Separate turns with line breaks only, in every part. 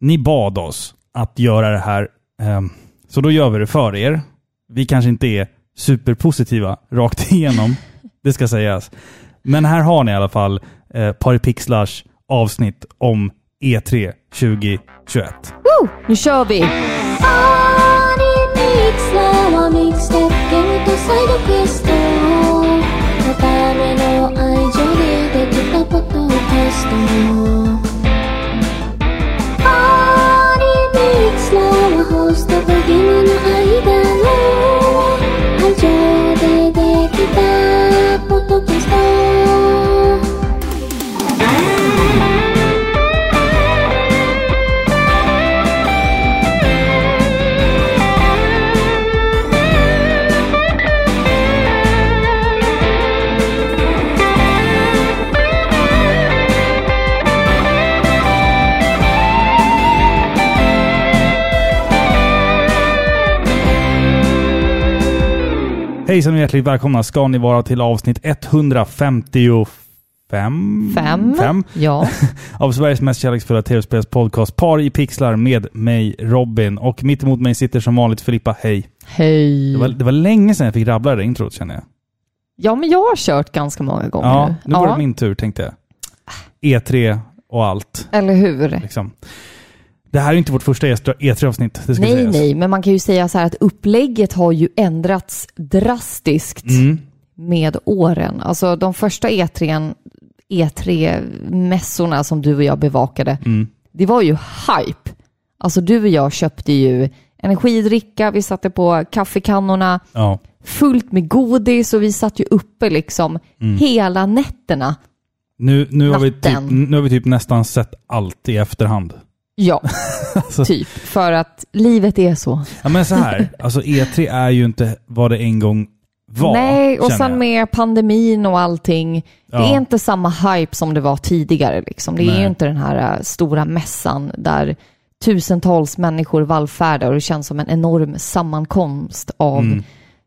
Ni bad oss att göra det här, ehm, så då gör vi det för er. Vi kanske inte är superpositiva rakt igenom, det ska sägas. Men här har ni i alla fall eh, Paripixlars avsnitt om E E3 2021.
Woo! Nu kör vi!
Podcast.
Hejsan och hjärtligt välkomna ska ni vara till avsnitt 155
Fem.
Fem
Ja.
av Sveriges mest kärleksfulla tv-spelspodcast Par i pixlar med mig Robin. Och mitt emot mig sitter som vanligt Filippa. Hej!
Hej.
Det
Mm.
var, det var länge sedan jag fick rabbla det där introt känner jag.
Ja, men jag har kört ganska många gånger
Ja, nu var
Ja,
det min tur tänkte jag. E3 och allt.
Eller hur?
Liksom. Det här är inte vårt första E3-avsnitt, det ska
Nej,
sägas.
nej, men man kan ju säga så här att upplägget har ju ändrats drastiskt
Mm.
med åren. Alltså de första E3, E3-mässorna som du och jag bevakade,
Mm.
det var ju hype. Alltså du och jag köpte ju energidricka, vi satte på kaffekannorna,
Ja.
fullt med godis och vi satt ju uppe liksom
Mm.
hela nätterna.
Nu, nu, har vi typ,
Natten.
nu har vi typ nästan sett allt i efterhand.
Ja,
Alltså-
typ. För att livet är så.
Ja men så här, alltså E3 är ju inte vad det en gång var.
Nej, och
känner jag.
sen med pandemin och allting. Det
Ja.
är inte samma hype som det var tidigare. Liksom. Det är ju inte den här äh, stora mässan där tusentals människor vallfärdar och det känns som en enorm sammankomst av
Mm.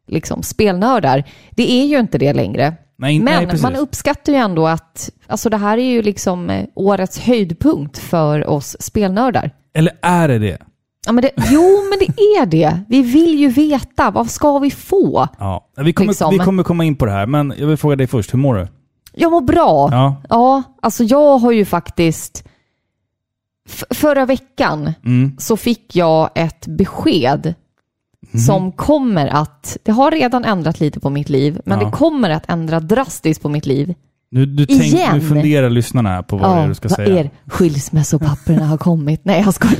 liksom, spelnördar. Det är ju inte det längre.
Nej,
Men
nej, precis.
man uppskattar ju ändå att alltså, det här är ju liksom eh, årets höjdpunkt för oss spelnördar.
Eller är det det?
Ja, men det, jo, men det är det. Vi vill ju veta. Vad ska vi få?
Ja. Vi kommer,
Liksom.
vi kommer komma in på det här, men jag vill fråga dig först, hur mår du?
Jag mår bra.
Ja.
Ja, alltså jag har ju faktiskt... F- förra veckan
Mm.
så fick jag ett besked
Mhm.
som kommer att... Det har redan ändrat lite på mitt liv, men
Ja.
det kommer att ändra drastiskt på mitt liv.
Nu, du tänk,
Igen?
nu funderar lyssnarna här på vad det är du ska
vad
säga.
är det? Skilsmässopapperna har kommit. Nej, jag skojar.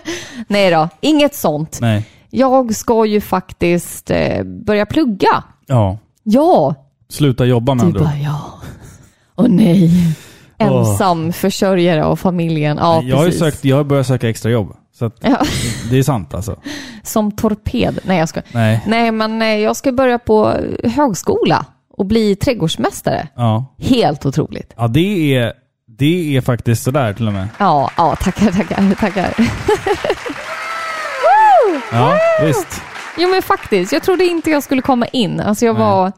Nej då, inget sånt.
Nej.
Jag ska ju faktiskt eh, börja plugga.
Ja.
Ja,
Sluta jobba med
Du
andra ord.
Typ bara ja. Och nej. Ensam försörjare av familjen. Ja,
jag, har ju
precis.
sökt, jag har börjat söka extrajobb. Så att
Ja,
det är sant alltså.
som torped. Nej, jag ska.
Nej.
Nej, men eh, jag ska börja på eh, högskola och bli trädgårdsmästare.
Ja.
Helt otroligt.
Ja, det är, det är faktiskt sådär till och med.
Ja, ja tackar, tackar, tackar.
Ja, visst.
Jo, men faktiskt. Jag trodde inte jag skulle komma in. Alltså, jag var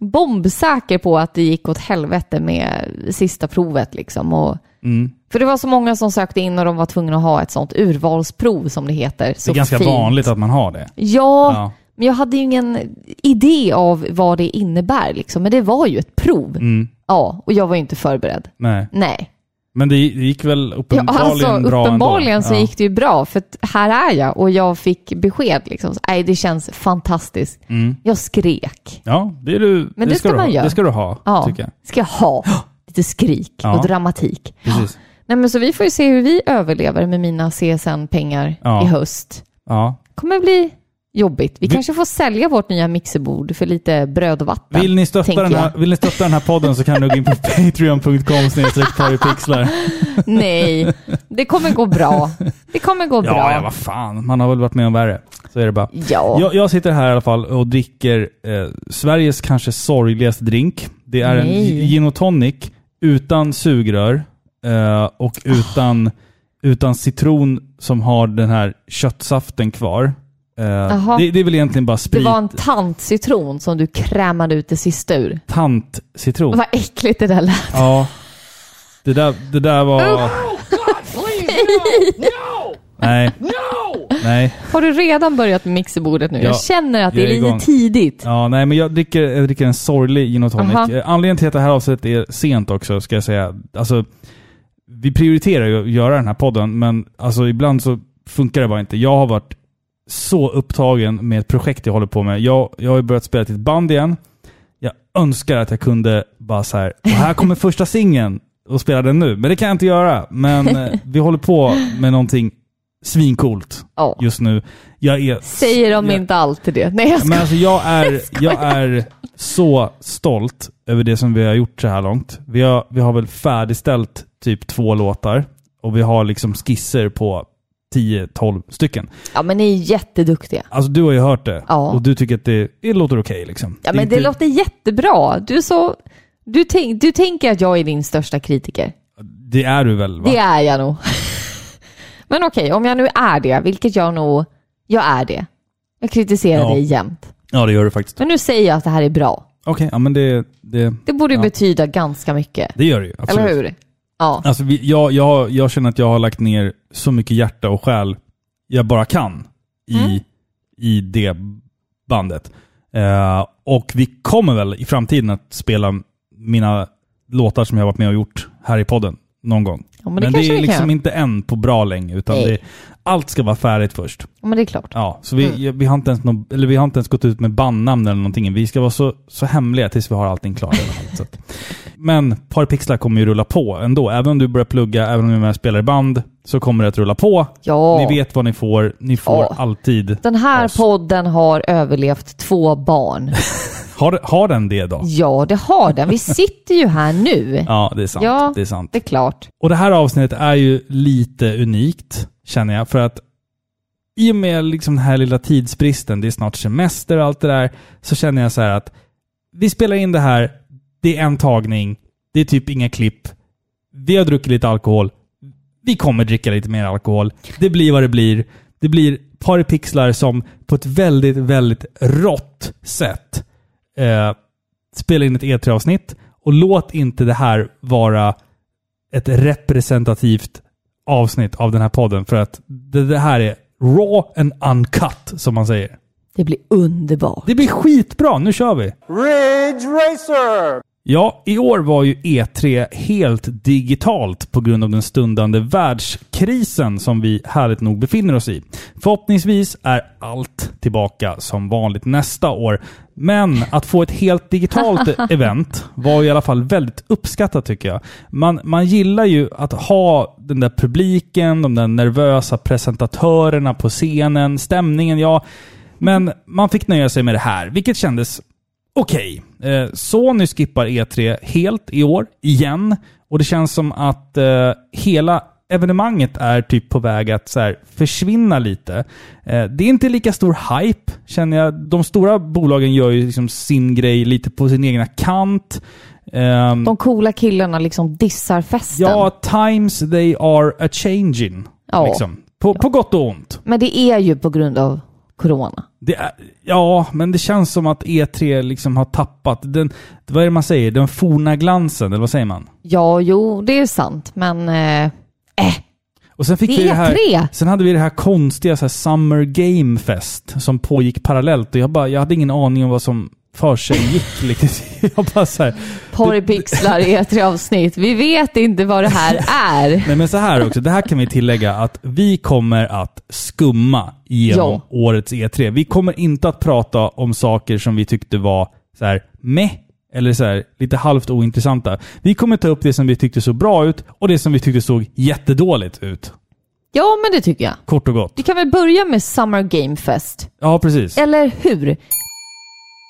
bombsäker på att det gick åt helvete med sista provet. Liksom. Och,
Mm.
För det var så många som sökte in och de var tvungna att ha ett sånt urvalsprov som det heter.
Det
Så
är ganska
fint.
vanligt att man har det.
Ja,
Ja.
men jag hade ju ingen idé av vad det innebär liksom. Men det var ju ett prov.
Mm.
Ja, och jag var ju inte förberedd.
Nej.
Nej.
Men det det gick väl
Ja,
uppenbarligen
alltså,
bra
uppenbarligen
ändå?
så
Ja.
gick det ju bra, för att här är jag och jag fick besked. Liksom. Så, nej, det känns fantastiskt.
Mm.
Jag skrek.
Ja, det, är du,
Men det
ska,
ska
du
man
ha.
göra.
Det ska du ha,
Ja,
tycker jag.
ska jag ha lite skrik
Ja.
och dramatik.
Precis.
Nej, men så vi får ju se hur vi överlever med mina CSN-pengar
Ja.
i höst.
Ja.
kommer bli jobbigt. Vi,
Vi-
kanske får sälja vårt nya mixerbord för lite bröd och vatten.
Vill, ni stötta
tänker
den här,
jag.
vill ni stötta den här podden så kan ni gå in på patreon.com snedstreck partypixlar.
Nej, det kommer gå bra. Det kommer gå
Ja,
bra.
ja, vad fan. Man har väl varit med om värre. Så är det bara.
Ja.
Jag, jag sitter här i alla fall och dricker eh, Sveriges kanske sorgligaste drink. Det är en
Nej.
gi- gin och tonic utan sugrör eh, och utan, utan citron som har den här köttsaften kvar. Eh,
Jaha.
det, det är väl egentligen bara
Det
sprit.
var en tantcitron som du krämade ut det sista ur.
Tantcitron.
Vad äckligt det där lät.
Ja. Det där, det där var... Nej. Nej.
Har du redan börjat med mixerbordet nu?
Ja,
jag känner att det
jag
är
är
lite
igång.
tidigt.
Ja, nej, men jag dricker, jag dricker en sorglig gin och tonic.
Aha.
Eh, Anledningen till att det här avsnittet är sent också, ska jag säga. Alltså, vi prioriterar ju att göra den här podden, men alltså, ibland så funkar det bara inte. Jag har varit så upptagen med ett projekt jag håller på med. Jag, jag har ju börjat spela till ett band igen. Jag önskar att jag kunde bara så här, och här kommer första singeln och spela den nu. Men det kan jag inte göra. Men eh, vi håller på med någonting svincoolt
Ja.
just nu. Jag är
Säger de
jag,
inte alltid det? Nej, jag ska...
men alltså jag är, jag är så stolt över det som vi har gjort så här långt. Vi har, vi har väl färdigställt typ två låtar och vi har liksom skisser på 10-12 stycken.
Ja, men ni är jätteduktiga.
Alltså du har ju hört det
Ja.
och du tycker att det, det låter okej liksom.
Ja,
Det är
men det
inte-
låter jättebra. Du är så... Du, tänk... du tänker att jag är din största kritiker.
det är du väl? Va?
Det är jag nog. men okej, om jag nu är det, vilket jag nog... Jag är det. Jag kritiserar
Ja.
dig jämt.
Ja det gör du faktiskt. Okej,
Men nu säger jag att det här är bra.
ja men det, det,
Det borde ju
Ja.
betyda ganska mycket.
det gör du ju. Absolut.
Eller hur? Ja.
Alltså, vi, jag, jag, jag känner att jag har lagt ner så mycket hjärta och själ jag bara kan i,
Mm.
i det bandet. Eh, och vi kommer väl i framtiden att spela mina låtar som jag har varit med och gjort här i podden någon gång.
ja, men det kanske
är
vi
liksom
kan.
inte än på bra länge, utan
Nej.
det, allt ska vara färdigt först.
Ja, men det är klart.
Ja, så vi,
Mm.
vi, har inte ens nå- eller vi har inte ens gått ut med bandnamn eller någonting. Vi ska vara så, så hemliga tills vi har allting klart. i alla fall, så att. Men Par pixlar kommer ju rulla på ändå. Även om du börjar plugga, även om du är med och spelar i band, så kommer det att rulla på.
Ja.
Ni vet vad ni får. Ni får
Ja.
alltid.
Den här
oss.
podden har överlevt två barn.
Har, har den det då?
Ja, det har den. Vi sitter ju här nu.
Ja, det är sant.
Ja.
Det är sant.
Det är klart.
Och det här avsnittet är ju lite unikt, känner jag, för att i och med liksom den här lilla tidsbristen, det är snart semester och allt det där, så känner jag så här att vi spelar in det här, det är en tagning, det är typ inga klipp, vi har druckit lite alkohol, vi kommer dricka lite mer alkohol, det blir vad det blir. Det blir par pixlar som på ett väldigt, väldigt rått sätt eh, spelar in ett E3-avsnitt och låt inte det här vara ett representativt avsnitt av den här podden för att det, det här är raw and uncut som man säger.
Det blir underbart.
Det blir skitbra, nu kör vi!
Ridge Racer!
Ja, i år var ju E3 helt digitalt på grund av den stundande världskrisen som vi härligt nog befinner oss i. Förhoppningsvis är allt tillbaka som vanligt nästa år. Men att få ett helt digitalt event var ju i alla fall väldigt uppskattat tycker jag. Man, man gillar ju att ha den där publiken, de där nervösa presentatörerna på scenen, stämningen, ja. Men man fick nöja sig med det här, vilket kändes Okej, eh, Sony skippar E3 helt i år, igen. Och det känns som att eh, hela evenemanget är typ på väg att så här, försvinna lite. Eh, det är inte lika stor hype, känner jag. De stora bolagen gör ju liksom sin grej lite på sin egna kant. Ehm,
De coola killarna liksom dissar festen.
ja, times they are a changing.
Ja.
Liksom. På, på gott och ont.
Men det är ju på grund av corona.
Det är, ja, men det känns som att E3 liksom har tappat den, vad är det man säger, den forna glansen, eller vad säger man?
Ja, jo, det är sant, men... Eh,
Och sen fick
Det är
vi det här,
E3.
sen hade vi det här konstiga så här, Summer Game Fest som pågick parallellt och jag bara, jag hade ingen aning om vad som för sig gick. Liksom. Jag bara så här,
porrpixlar i ett avsnitt. Vi vet inte vad det här är.
nej men så här också, det här kan vi tillägga att vi kommer att skumma genom
Ja.
årets E3. Vi kommer inte att prata om saker som vi tyckte var så här meh, eller så här, lite halvt ointressanta. Vi kommer ta upp det som vi tyckte såg bra ut och det som vi tyckte såg jättedåligt ut.
Ja, men det tycker jag.
Kort och gott.
Du kan väl börja med Summer Game Fest?
Ja, precis.
Eller hur?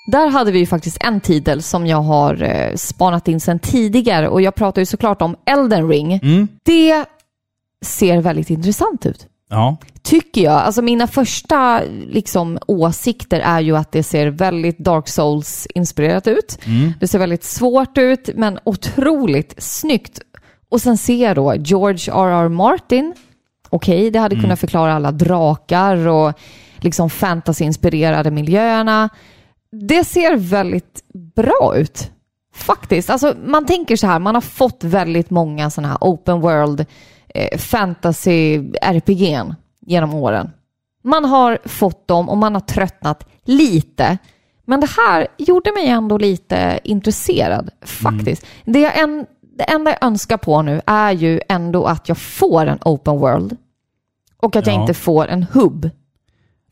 Där hade vi ju faktiskt en titel som jag har eh, spanat in sedan tidigare och jag pratar ju såklart om Elden Ring. Det ser väldigt intressant ut,
Ja.
tycker jag. Alltså mina första liksom, åsikter är ju att det ser väldigt Dark Souls-inspirerat ut. Det ser väldigt svårt ut, men otroligt snyggt. Och sen ser jag då George R.R. Martin. Okej, det hade kunnat förklara alla drakar och liksom fantasy-inspirerade miljöerna. Det ser väldigt bra ut. Faktiskt. Alltså, man tänker så här, man har fått väldigt många sådana här open world eh, fantasy-RPG'n genom åren. Man har fått dem och man har tröttnat lite. Men det här gjorde mig ändå lite intresserad faktiskt.
Mm.
Det, jag en, det enda jag önskar på nu är ju ändå att jag får en open world och att
Ja.
jag inte får en hub.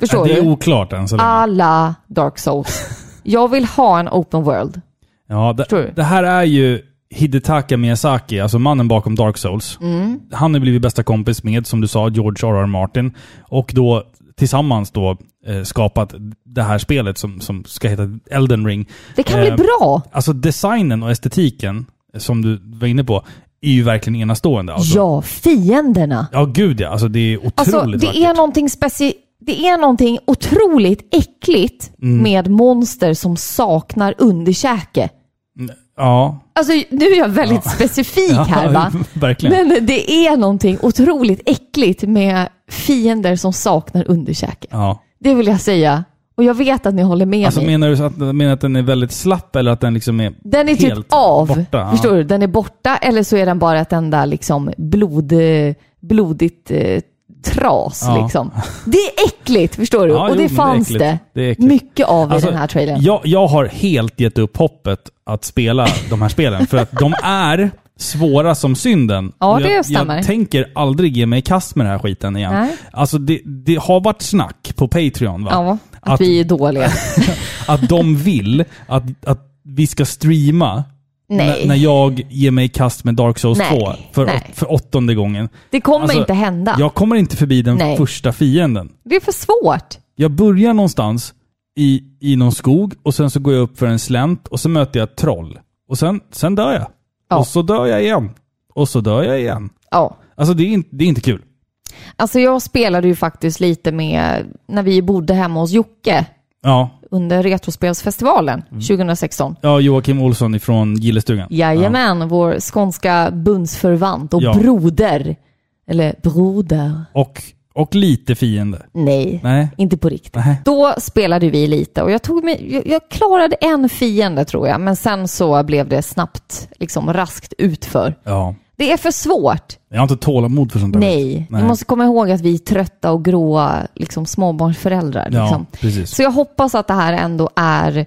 Förstår
det är
du?
oklart än så länge.
Alla Dark Souls. Jag vill ha en open world.
Ja,
Förstår du?
det, det här är ju Hidetaka Miyazaki, alltså mannen bakom Dark Souls.
Mm.
Han har blivit bästa kompis med, som du sa, George R.R. Martin. Och då tillsammans då eh, skapat det här spelet som, som ska heta Elden Ring.
Det kan
Eh,
bli bra.
Alltså designen och estetiken, som du var inne på, är ju verkligen enastående. Alltså.
Ja, fienderna.
Ja, gud ja. Alltså det är otroligt
Alltså,
vackert.
det är, någonting speci- det är någonting otroligt äckligt
Mm.
med monster som saknar underkäke.
Ja,
Alltså, nu är jag väldigt specifik här va?
verkligen.
Men det är någonting otroligt äckligt med fiender som saknar underkäke.
Ja.
Det vill jag säga. Och jag vet att ni håller med
Alltså
mig.
menar du så att, menar du att den är väldigt slapp eller att den liksom är
Den är
helt
typ av.
borta?
Förstår
ja.
du? Den är borta eller så är den bara ett enda liksom blod, eh, blodigt eh, tras.
Ja.
Liksom. Det är äckligt, förstår du?
Ja,
Och
jo, men
det
det är
fanns
äckligt.
det,
Det är äckligt.
mycket av i
Alltså,
den här trailern.
Jag, jag har helt gett upp hoppet att spela de här spelen, för att de är svåra som synden.
Ja,
Och
det
jag,
stämmer.
jag tänker aldrig ge mig i kast med den här skiten igen.
Nej.
Alltså det, det har varit snack på Patreon va?
ja, att,
att-
vi är dåliga.
att de vill att, att vi ska streama
Nej.
när, när jag ger mig i kast med Dark Souls
Nej.
2 för,
Nej.
åt- för åttonde gången.
Det kommer
Alltså,
inte hända.
Jag kommer inte förbi den
Nej.
första fienden.
Det är för svårt.
Jag börjar någonstans i, i någon skog och sen så går jag upp för en slänt och så möter jag ett troll. Och sen, sen dör jag.
Ja.
Och så dör jag igen. Och så dör jag igen.
Ja.
Alltså det är, in, det är inte kul.
Alltså jag spelade ju faktiskt lite med, när vi bodde hemma hos Jocke
Ja,
under Retrospelsfestivalen
Mm.
2016.
ja Joakim Olsson ifrån Gillestugan.
Jajamän, vår skånska bundsförvant och
Ja.
broder. Eller broder.
Ja. Och, och lite fiende.
Nej,
Nej.
inte på riktigt.
Nej.
Då spelade vi lite och jag, tog mig, jag, jag klarade en fiende tror jag, men sen så blev det snabbt, liksom raskt utför.
Ja.
Det är för svårt.
Jag har inte tålamod för sånt där.
Nej,
Nej.
ni måste komma ihåg att vi är trötta och gråa liksom, småbarnsföräldrar.
Ja,
Liksom.
precis.
Så jag hoppas att det här ändå är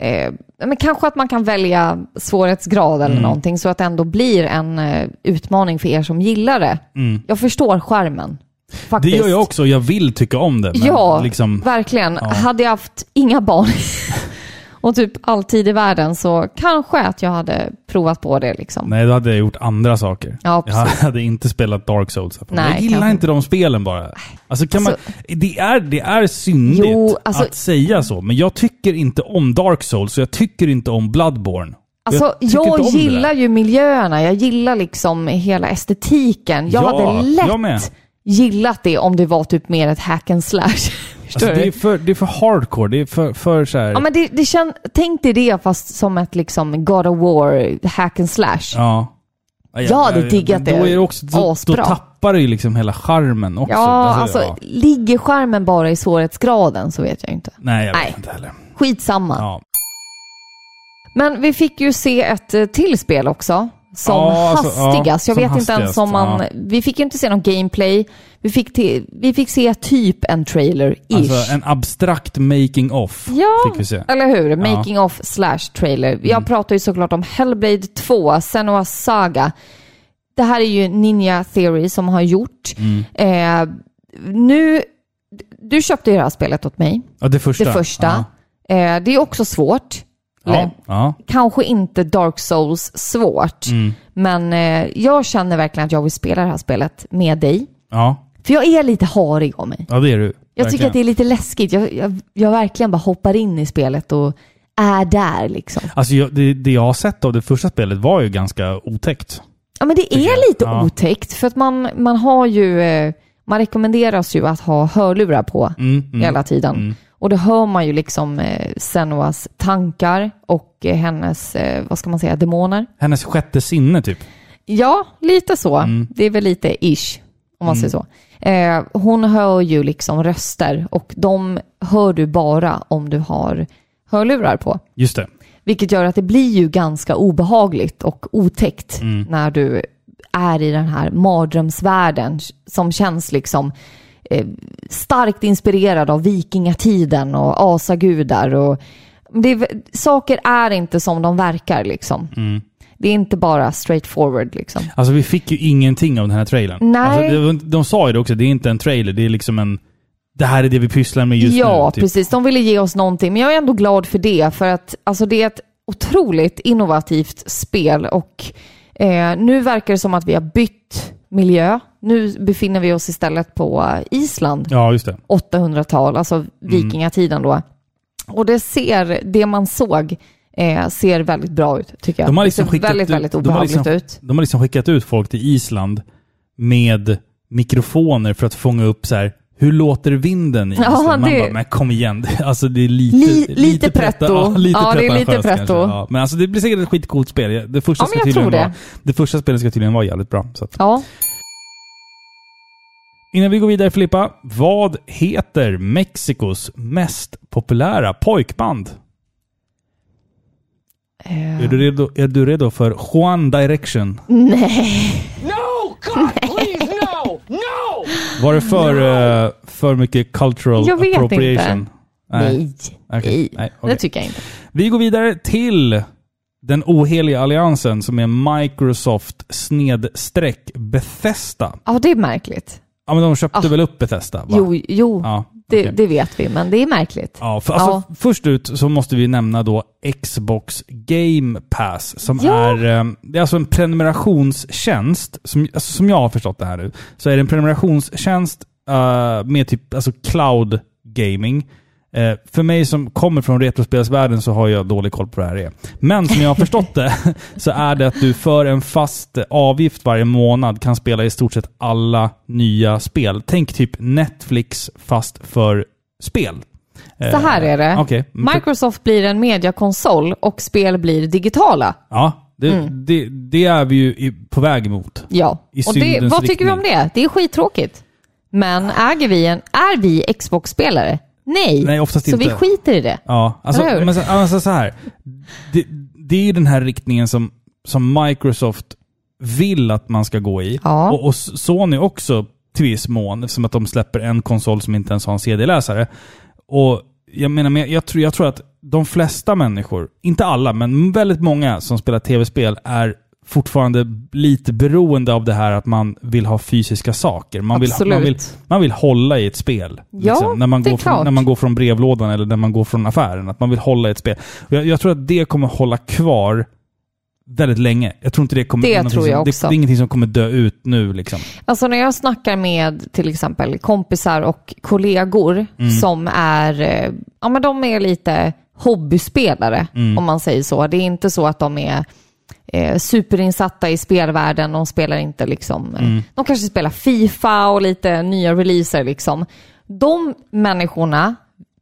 Eh, men kanske att man kan välja svårighetsgrad
Mm.
eller någonting så att det ändå blir en eh, utmaning för er som gillar det. Jag förstår skärmen.
Mm. Det
Faktiskt.
gör jag också. Jag vill tycka om det. Men
Ja,
liksom,
verkligen. Hade jag haft inga barn och typ all tid i världen så kanske att jag hade provat på det. Liksom.
Nej, då hade jag gjort andra saker.
Ja,
jag
precis.
hade inte spelat Dark Souls.
Nej,
jag gillar
kanske.
inte de spelen bara. Alltså, kan
Alltså-
man, det, är, det är syndigt
Jo, alltså-
att säga så, men jag tycker inte om Dark Souls och jag tycker inte om Bloodborne.
Alltså,
tycker
jag,
inte om det
gillar
där.
ju miljöerna, jag gillar liksom hela estetiken. Jag
Ja,
hade
jag med.
lätt gillat det om det var typ mer ett hack and slash. Förstår
Alltså, det,
du?
är för, det är för hardcore, det är för, för så här...
Ja, men det, det kän... Tänk dig det fast som ett liksom God of War hack and slash.
ja. Ja,
Jag hade
men
diggat
då
det.
Är det också, då, då
Asbra.
tappar det ju liksom hela charmen också.
Ja, alltså,
ja.
ligger skärmen bara i svårighetsgraden så vet jag inte.
Nej, jag vet
Nej.
inte heller.
Skitsamma.
Ja.
Men vi fick ju se ett eh, till spel också. Som
Ja, alltså, ja,
hastigast. Jag
som
vet inte ens
hastigast,
om man...
ja.
Vi fick ju inte se någon gameplay. Vi fick, te- vi fick se typ en trailer-ish.
Alltså, en abstrakt making off
ja,
fick vi se. Mm.
eller hur? Making of slash trailer. Jag pratar ju såklart om Hellblade 2, Senua Saga. Det här är ju Ninja Theory som har gjort.
Mm.
Eh, nu... Du köpte ju det här spelet åt mig.
Ja, det första.
Det första.
Ja.
Eh, det är också svårt.
Ja,
Eller,
ja.
kanske inte Dark Souls svårt,
Mm.
men eh, jag känner verkligen att jag vill spela det här spelet med dig.
Ja,
För jag är lite harig av mig.
ja det är du.
Jag tycker att det är lite läskigt. Jag, jag, jag verkligen bara hoppar in i spelet och är där liksom.
Alltså jag, det, det jag har sett av det första spelet var ju ganska otäckt.
Ja, men det
jag.
är lite
Ja.
otäckt för att man, man har ju, eh, man rekommenderas ju att ha hörlurar på
Mm,
hela tiden. Och då hör man ju liksom eh, Senuas tankar och eh, hennes, eh, vad ska man säga, demoner.
Hennes sjätte sinne typ.
Ja, lite så. Det är väl lite ish, om man säger så. Eh, hon hör ju liksom röster och de hör du bara om du har hörlurar på.
Just det.
Vilket gör att det blir ju ganska obehagligt och otäckt när du är i den här mardrömsvärlden som känns liksom eh, starkt inspirerad av vikingatiden och asagudar. Och det är, saker är inte som de verkar liksom. Det är inte bara straight forward liksom.
Alltså vi fick ju ingenting av den här trailern.
Nej.
Alltså, det var inte- de sa ju det också, det är inte en trailer, det är liksom en... Det här är det vi pysslar med just nu.
ja,
typ.
precis. De ville ge oss någonting, men jag är ändå glad för det, för att alltså, det är ett otroligt innovativt spel och eh, nu verkar det som att vi har bytt miljö. Nu befinner vi oss istället på eh, Island,
Ja, Mm. just det.
800-tal, alltså vikingatiden då. Och det ser, det man såg, eh, ser väldigt bra ut tycker jag.
De har liksom
det ser
skickat
väldigt,
ut-
väldigt
de har
obehagligt
liksom-
ut.
De har liksom skickat ut folk till Island med mikrofoner för att fånga upp så här. Hur låter vinden i
Ja,
Island? Man
det-
bara, men kom igen. Alltså det är lite...
Li- lite pretto.
Ja, lite
Ja, det är lite
pretentiöst kanske.
pretto.
Ja, men alltså det blir säkert ett skitcoolt spel. Jag- Det första,
Ja, men
ska
jag
tydligen
tror det.
Vara, det första spelet ska tydligen vara jävligt bra. Så att.
Ja,
Innan vi går vidare Filippa, vad heter Mexikos mest populära pojkband?
Eh.
Är, du redo, är du redo för Juan Direction?
No! God, please, no! No!
Var det för, eh, för mycket cultural
Jag vet
appropriation?
inte.
Nej.
nej,
Okej.
nej,
Nej, okej.
det tycker jag inte.
Vi går vidare till den oheliga alliansen som är Microsoft snedstreck Bethesda.
Ja, det är märkligt.
Ja, men de köpte
Ah.
väl upp Bethesda? Va?
Jo, jo.
Ja,
Det,
okej.
det vet vi, men det är märkligt.
Ja, för alltså, Först ut så måste vi nämna då Xbox Game Pass som
Ja.
är, eh, det är alltså en prenumerationstjänst, som, alltså, som jag har förstått det här nu, så är det en prenumerationstjänst eh, med typ alltså cloud gaming. Eh, för mig som kommer från retrospelsvärlden så har jag dålig koll på vad det här är. Men som jag har förstått det så är det att du för en fast avgift varje månad kan spela i stort sett alla nya spel. Tänk typ Netflix fast för spel.
Så här är det.
Okej. Mm,
Microsoft blir en mediakonsol och spel blir digitala.
Ja, det,
Mm.
det, det är vi ju i- på väg mot.
Ja.
I
och det,
syndens
vad tycker vi om
riktning.
det? Det är skittråkigt. Men äger vi en, är vi Xbox-spelare? Nej.
Nej, oftast
så
inte.
vi skiter i det.
Ja, alltså,
Eller hur?
men, så- alltså så här. Det, det är ju den här riktningen som, som Microsoft vill att man ska gå i.
Ja.
Och, och Sony också till viss mån, eftersom att de släpper en konsol som inte ens har en CD-läsare. Och jag menar, men jag, jag, tror, jag tror att de flesta människor, inte alla, men väldigt många som spelar tv-spel är fortfarande lite beroende av det här att man vill ha fysiska saker. Man, vill,
Absolut.
man, vill, man vill hålla i ett spel.
Ja,
Liksom. när, man
det är
går från,
klart.
när man går från brevlådan eller när man går från affären. Att man vill hålla i ett spel. Och Jag, jag tror att det kommer hålla kvar väldigt länge. Jag tror inte det kommer...
Det
någonting
tror jag
som,
också.
Det, det är ingenting som kommer dö ut nu liksom.
Alltså när jag snackar med till exempel kompisar och kollegor som är, eh, ja men de är lite hobbyspelare om man säger så. Det är inte så att de är eh, superinsatta i spelvärlden. De spelar inte liksom, eh, de kanske spelar Fifa och lite nya releaser liksom. De människorna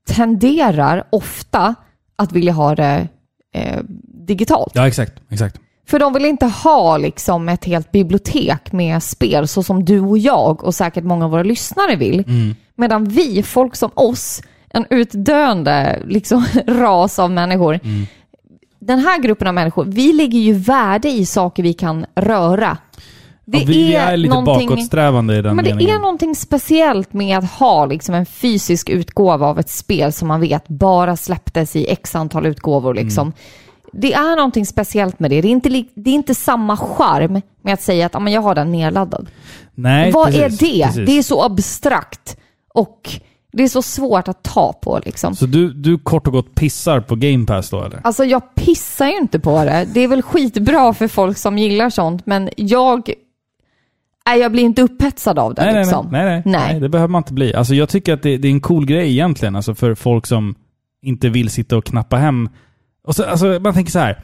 tenderar ofta att vilja ha det eh, digitalt.
Ja, exakt. exakt.
För de vill inte ha liksom ett helt bibliotek med spel så som du och jag och säkert många av våra lyssnare vill.
Mm.
Medan vi, folk som oss, en utdöende liksom, ras av människor.
Mm.
Den här gruppen av människor, vi lägger ju värde i saker vi kan röra. Det
ja, vi, vi är lite
någonting-
bakåtsträvande i den
men det
meningen.
är någonting speciellt med att ha liksom en fysisk utgåva av ett spel som man vet bara släpptes i x antal utgåvor.
Mm.
Liksom. Det är någonting speciellt med det. Det är inte, li- det är inte samma charm med att säga att "Ah, men jag har den nedladdad.
Nej,
Vad
precis,
är det?
precis.
Det är så abstrakt och det är så svårt att ta på. Liksom.
Så du, du kort och gott pissar på Game Pass då eller?
Alltså jag pissar ju inte på det. Det är väl skitbra för folk som gillar sånt, men jag... Nej, jag blir inte upphetsad av det.
Nej, nej, nej,
liksom.
nej, nej,
Nej.
nej, det behöver man inte bli. Alltså, jag tycker att det, det är en cool grej egentligen, alltså för folk som inte vill sitta och knappa hem. Och så, alltså, man tänker så här,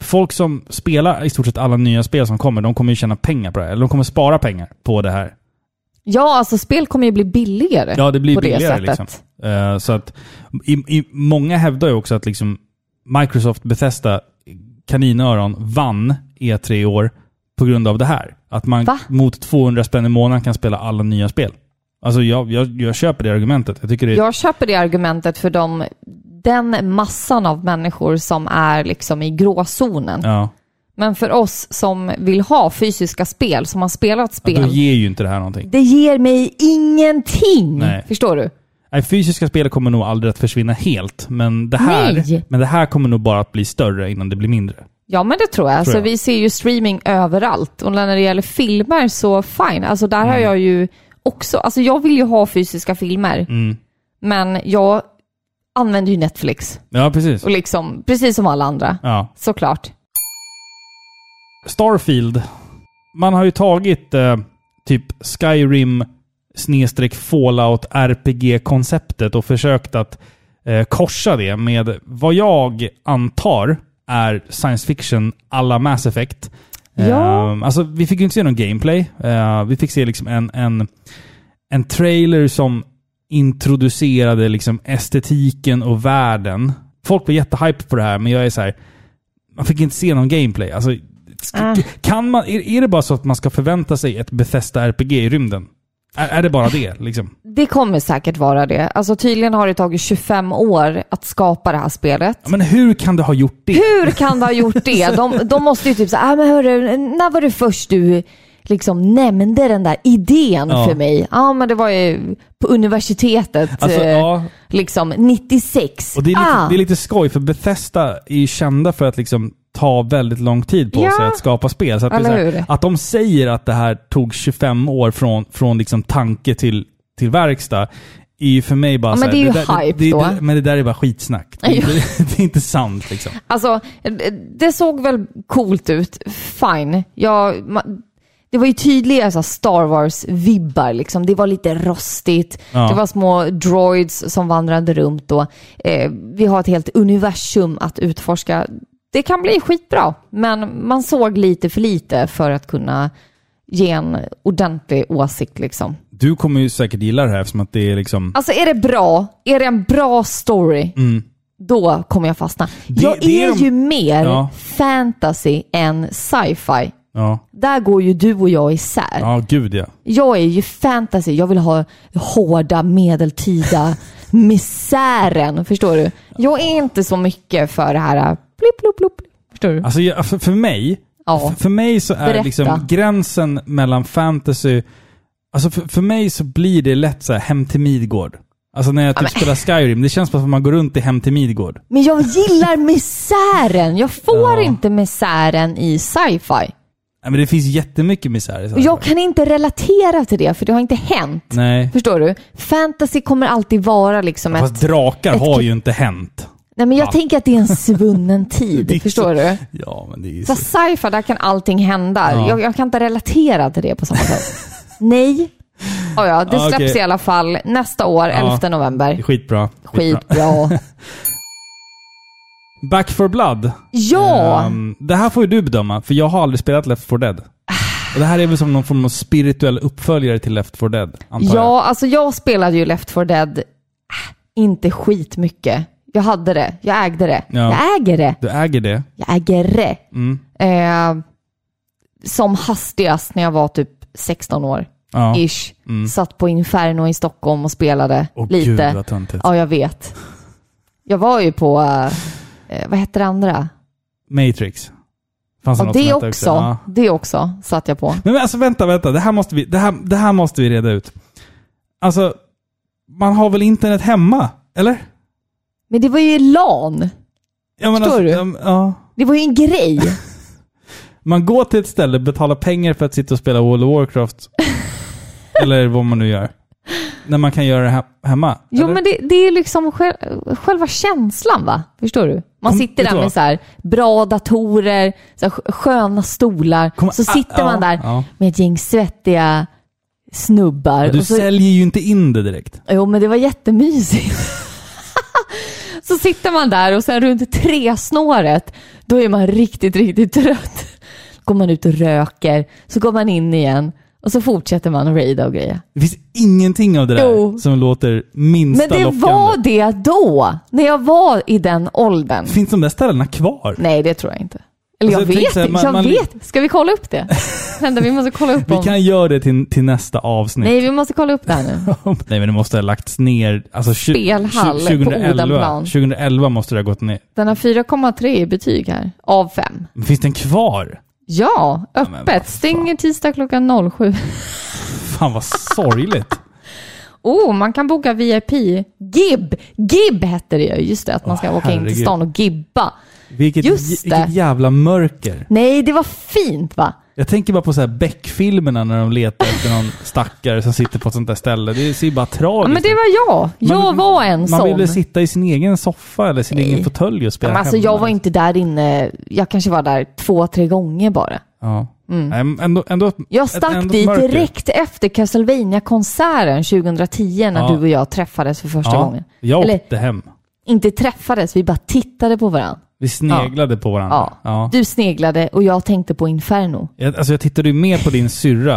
folk som spelar i stort sett alla nya spel som kommer, de kommer ju tjäna pengar på det här. Eller de kommer spara pengar på det här.
Ja, alltså spel kommer ju bli billigare.
Ja, det blir
på det
billigare
sättet.
liksom. Eh, så att, i, i, många hävdar ju också att liksom Microsoft, Bethesda, kaninöron vann E3 i år på grund av det här. Att man
Va?
mot 200 spänn i månaden kan spela alla nya spel. Alltså jag, jag, jag köper det argumentet. Jag tycker det är...
Jag köper det argumentet för de, den massan av människor som är liksom i gråzonen.
Ja.
Men för oss som vill ha fysiska spel, som har spelat
Ja, då
spel,
ger ju inte det här någonting.
det ger mig ingenting!
Nej.
Förstår du?
Nej, fysiska spel kommer nog aldrig att försvinna helt, men det,
Nej.
här, men det här kommer nog bara att bli större innan det blir mindre.
Ja, men det tror jag. alltså,
jag.
Vi ser ju streaming överallt. Och när det gäller filmer så fine. Alltså, där
Mm.
har jag ju också... Alltså, jag vill ju ha fysiska filmer,
Mm.
men jag använder ju Netflix.
Ja, precis.
Och liksom, precis som alla andra,
Ja.
såklart.
Starfield. Man har ju tagit eh, typ Skyrim snedstreck Fallout RPG-konceptet och försökt att eh, korsa det med vad jag antar är science fiction alla Mass Effect.
Ja.
Ehm, alltså, vi fick ju inte se någon gameplay. Eh, vi fick se liksom en, en, en trailer som introducerade liksom estetiken och världen. Folk blev jättehype på det här, men jag är så här. Man fick inte se någon gameplay. Alltså,
Ah.
kan man, är, är det bara så att man ska förvänta sig ett Bethesda RPG i rymden? Är, är det bara det? Liksom?
Det kommer säkert vara det. Alltså, tydligen har det tagit 25 år att skapa det här spelet.
Ja, Men hur kan du ha gjort det?
Hur kan du ha gjort det? De, de måste ju typ säga, ah, men hörru, när var det först du liksom nämnde den där idén
Ja.
för mig? Ja, men det var ju på universitetet,
Alltså,
eh,
ja.
liksom 96.
Och det, är lite,
ah,
det är lite skoj, för Bethesda är ju kända för att liksom ta väldigt lång tid på
Ja.
sig att skapa spel. Så att, det är så
Eller
här,
hur?
att de säger att det här tog 25 år från, från liksom tanke till, till verkstad, är ju för mig bara
Ja,
så
men
här,
det är ju
där,
hype
det,
då.
det, Men det där är bara skitsnack. Det, är
Ja.
inte- det är inte sant liksom.
Alltså, eh, det såg väl coolt ut. Fine. Jag, ma- det var ju tydliga så här, Star Wars-vibbar. Liksom. Det var lite rostigt.
Ja.
Det var små droids som vandrade runt. Och, eh, vi har ett helt universum att utforska. Det kan bli skitbra, men man såg lite för lite för att kunna ge en ordentlig åsikt. Liksom.
Du kommer ju säkert gilla det här eftersom att det är liksom...
Alltså är det bra, är det en bra story, då kommer jag fastna. jag
Mm. det är
är,
de-
ju mer
Ja.
fantasy än sci-fi.
Ja,
Där går ju du och jag isär.
ja gud ja.
Jag är ju fantasy, jag vill ha hårda medeltida misären. Förstår du? Jag är inte så mycket för det här blipp, blipp, blipp. Förstår du?
Alltså jag- för, för mig,
Ja.
f- för mig så är
Berätta.
liksom gränsen mellan fantasy, alltså för, för mig så blir det lätt så här hem till Midgård. Alltså när jag typ spelar Skyrim, det känns bara som att man går runt i hem till Midgård.
Men jag gillar misären. Jag får
Ja.
inte misären i sci-fi.
Nej, men det finns jättemycket misär i så
Och
här.
jag kan inte relatera till det, för det har inte hänt.
Nej.
Förstår du? Fantasy kommer alltid vara liksom ett...
Fast drakar
ett-
har ju inte hänt.
Nej men jag tänker att det är en svunnen tid, förstår du?
Ja, men det är ju
Så
så.
sci-fi, där kan allting hända.
Ja.
Jag, jag kan inte relatera till det på samma sätt. Nej. Oh ja, det
Ja,
släpps
okej.
i alla fall nästa år,
Ja.
11 november.
Skitbra. Skitbra.
Skitbra.
Back for blood.
Ja!
Ehm, det här får ju du bedöma, för jag har aldrig spelat Left 4 Dead.
Ah.
Och det här är väl som någon form av spirituell uppföljare till Left 4 Dead, antar jag.
Ja, alltså jag spelade ju Left 4 Dead äh, inte skitmycket. Jag hade det. Jag ägde det.
Ja.
Jag äger det.
Du äger det.
Jag äger det.
Mm.
Eh, som hastigast när jag var typ 16 år.
Ja. Mm.
ish. Satt på Inferno i Stockholm och spelade
Åh,
lite.
gud, vad töntigt.
Ja, jag vet. Jag var ju på, eh, vad hette det andra?
Matrix. Fanns
Ja,
något som
det
hette
också.
Ja.
Det också satt jag på.
Men men alltså vänta, vänta. Det här, måste vi, det, här, det här måste vi reda ut. Alltså, man har väl internet hemma? Eller?
Men det var ju LAN.
Ja, men
Förstår
alltså,
du?
äm, Ja.
Det var ju en grej.
Man går till ett ställe, betalar pengar för att sitta och spela World of Warcraft. eller vad man nu gör. När man kan göra det he- hemma.
Jo,
eller?
men det, det är liksom själ- själva känslan, va? Förstår du? Man
Kom-
sitter
vet du
där
vad?
med så här, bra datorer, så här, sk- sköna stolar.
Kom-
så
ah,
sitter man
ja,
där
ja.
med ett gäng svettiga snubbar.
Du
och så,
säljer ju inte in det direkt.
Jo, men det var jättemysigt. så sitter man där och sen runt tre snåret, då är man riktigt, riktigt trött. Går man ut och röker, så går man in igen och så fortsätter man att raida och grejer.
Det finns ingenting av det där
Jo.
som låter minsta
Men det
lockande.
var det då, när jag var i den åldern.
Finns de där ställena kvar?
Nej, det tror jag inte. Eller jag
Alltså, jag tänkte
vet
så här,
inte.
man-
Jag
man-
vet. Ska vi kolla upp det? Vänta, vi måste kolla upp
Vi
om...
kan göra det till, till nästa avsnitt.
Nej, vi måste kolla upp det här nu.
Nej men det måste ha lagts ner, alltså tju-
Spelhall
tju-
på Odenplan.
2011 måste det ha gått ner.
Den har 4,3 i betyg här. Av 5.
Men finns den kvar?
Ja,
men
öppet.
vad fan.
Stänger tisdag klockan 07.
Fan vad sorgligt.
Oh, man kan boka VIP. Gib! Gib hette det ju. Just det, att man ska
Åh,
åka in till
herregud.
stan och gibba.
Vilket,
Just det.
vilket jävla mörker.
Nej, det var fint va?
Jag tänker bara på så här Beck-filmerna när de letar efter någon stackare som sitter på ett sånt där ställe. Det ser ju bara
Ja,
tragiskt
men det
ut.
var jag. Jag
Man-
var en
Man
sån.
vill väl sitta i sin egen soffa eller sin
Nej.
egen fåtölj och
Ja,
spela
men alltså,
hemma. liksom.
jag var inte där inne. Jag kanske var där två, tre gånger bara.
Ja. Nej, men ändå, ändå, ett-
Mm. Jag stack
ändå ett
dit
mörker.
direkt efter Castlevania-konserten 2010 när
Ja.
du och jag träffades för första
ja,
gången.
Jag
Eller
åkte hem.
inte träffades, vi bara tittade på varandra.
Vi sneglade på varandra.
Ja.
Ja.
Du sneglade och jag tänkte på Inferno.
Jag, alltså jag tittade ju mer på din syrra.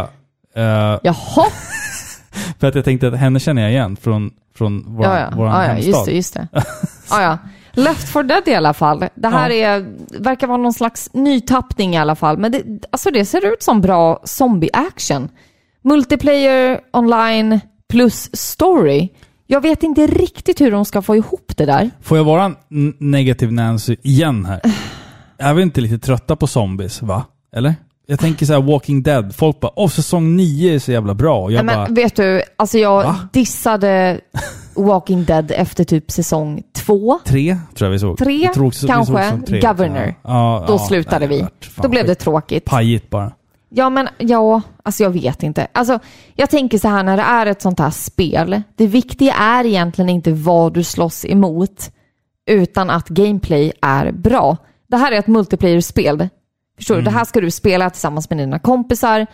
eh,
Jaha,
För att jag tänkte att henne känner jag igen från, från vår,
ja, ja.
våran
ja, ja
hemstad.
just det, just det. ja, ja. Left for dead i alla fall. Det här är, verkar vara någon slags nytappning i alla fall. Men det, alltså det ser ut som bra zombie-action. Multiplayer, online, plus story. Jag vet inte riktigt hur de ska få ihop det där.
Får jag vara en n- negativ Nancy igen här? Är vi inte lite trötta på zombies, va? Eller? Jag tänker så här Walking Dead, folk bara åh säsong 9 är så jävla bra. Och jag
Nej,
bara,
men vet du, alltså jag
Va?
dissade Walking Dead efter typ säsong två.
tre tror jag vi såg.
Tre,
jag tror också- vi såg
kanske.
som
Governor.
Ja. Ja,
Då
ja.
slutade
Nej,
vi.
vart fan
Då blev det
skit.
tråkigt.
Pajigt bara.
Ja, men ja, alltså jag vet inte. Alltså, jag tänker så här när det är ett sånt här spel. Det viktiga är egentligen inte vad du slåss emot, utan att gameplay är bra. Det här är ett multiplayer-spel. Förstår du?
Mm.
Det här ska du spela tillsammans med dina kompisar.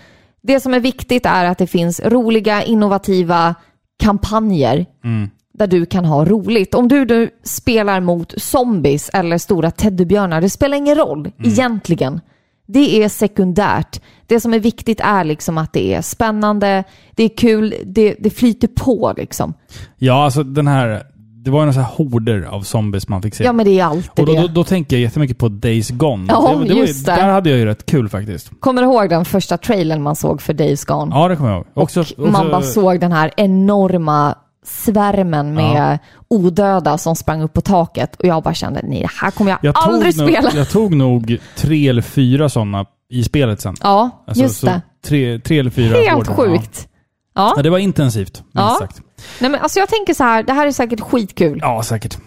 Det som är viktigt är att det finns roliga, innovativa kampanjer
Mm.
där du kan ha roligt. Om du, du spelar mot zombies eller stora teddybjörnar, det spelar ingen roll
Mm.
egentligen. Det är sekundärt. Det som är viktigt är liksom att det är spännande, det är kul, det, det flyter på liksom.
Ja, alltså den här, det var ju några så här horder av zombies man fick se.
Ja, men det är alltid
och då, då,
det.
då tänker jag jättemycket på Days Gone.
Ja,
det, var- det var ju-
just det.
Där hade jag ju rätt kul faktiskt.
Kommer du ihåg den första trailern man såg för Days Gone?
Ja, det kommer jag ihåg. Också, också-
Man bara såg den här enorma svärmen med odöda som sprang upp på taket och jag bara kände nej, det här kommer jag,
Jag tog,
aldrig
nog,
spela.
jag tog nog tre eller fyra sådana i spelet sen.
Ja,
Alltså,
just
så
det.
Tre, tre eller fyra
Helt
hårdare,
sjukt. Ja.
Ja. ja, det var intensivt. minst
Ja.
Sagt.
Nej, men alltså jag tänker så här, det här är säkert skitkul.
ja, säkert.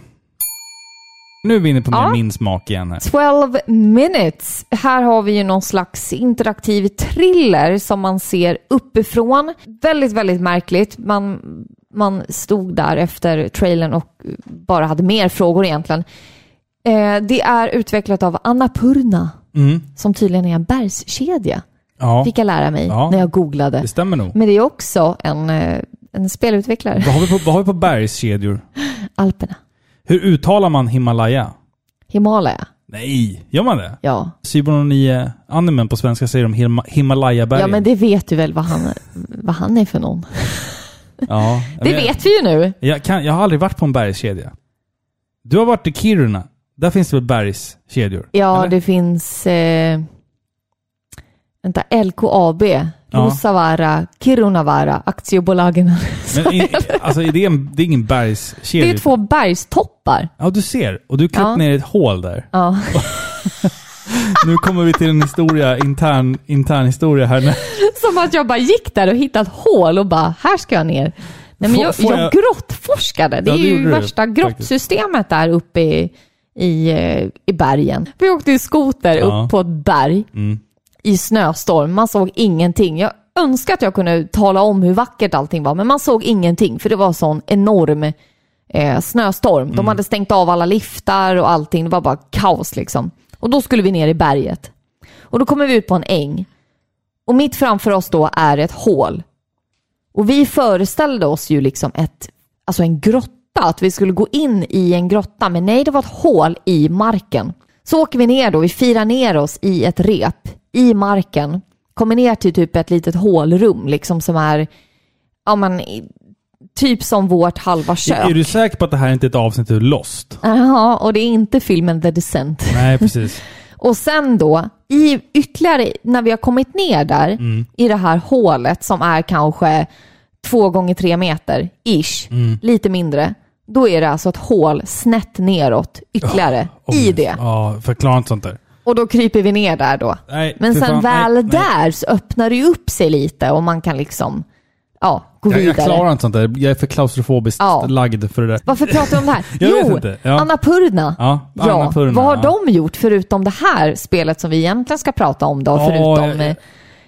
Nu är vi inne på
Ja.
mer min smak igen. Här.
12 minutes. Här har vi ju någon slags interaktiv thriller som man ser uppifrån. Väldigt, väldigt märkligt. Man, man stod där efter trailern och bara hade mer frågor egentligen. Eh, det är utvecklat av Annapurna,
Mm.
som tydligen är en bergskedja.
Ja,
Fick jag lära mig
Ja.
när jag googlade.
det stämmer nog.
Men det är också en, eh, en spelutvecklare.
Vad har vi på, vad har vi på bergskedjor?
Alperna.
Hur uttalar man Himalaya?
Himalaya.
Nej, gör man det?
Ja.
Cyborg 9 animen på svenska säger de Hima- Himalaya-bergen.
Ja, men det vet du väl vad han, vad han är för någon?
Ja,
Det
men-
vet vi ju nu.
Jag, kan, jag har aldrig varit på en bergskedja. Du har varit i Kiruna. Där finns det väl bergskedjor?
Ja,
Eller?
det finns... Eh, vänta, LKAB, Luossavaara, Kirunavaara, aktiebolagen.
Men i, alltså, är det, en, det är ingen bergskedja?
Det är två bergstoppar.
Ja, du ser. Och du klippt
Ja.
ner i ett hål där.
Ja.
Nu kommer vi till en historia, intern, intern historia här. nu.
Som att jag bara gick där och hittade ett hål och bara, här ska jag ner. Nej, men
Får-
jag,
får
jag
jag-
grottforskade. Det
Ja,
är
det
ju
gjorde du,
värsta
faktiskt.
grottsystemet där uppe i, i, eh, i bergen. Vi åkte i skoter
Ja.
upp på ett berg i snöstorm. Man såg ingenting. Jag önskar att jag kunde tala om hur vackert allting var, men man såg ingenting för det var sån enorm eh, snöstorm. De hade stängt av alla liftar och allting. Det var bara kaos liksom. Och då skulle vi ner i berget. Och då kommer vi ut på en äng. Och mitt framför oss då är ett hål. Och vi föreställde oss ju liksom ett, alltså en grotta, att vi skulle gå in i en grotta. Men nej, det var ett hål i marken. Så åker vi ner då, vi firar ner oss i ett rep i marken. Kommer ner till typ ett litet hålrum liksom som är, ja men, i- typ som vårt halva
Är, är
kök.
du säker på att det här inte är ett avsnitt ur Lost?
Jaha, och det är inte filmen The Descent.
Nej, precis.
Och sen då, i ytterligare, när vi har kommit ner där,
Mm.
i det här hålet som är kanske två gånger tre meter, ish,
Mm.
lite mindre, då är det alltså ett hål snett neråt ytterligare i det.
Ja, förklara inte sånt där.
Och då kryper vi ner där då.
Nej,
Men
fy fan,
sen väl
nej, nej.
där så öppnar det ju upp sig lite och man kan liksom, ja, gå
Jag, jag
vidare.
klarar inte sånt där. Jag är för klaustrofobiskt
Ja.
lagd för det där.
Varför pratar vi om det här?
Jag
jo,
vet inte. Ja.
Annapurna.
Ja, Annapurna,
vad har
ja.
de gjort förutom det här spelet som vi egentligen ska prata om då?
Ja,
förutom...
jag-
eh,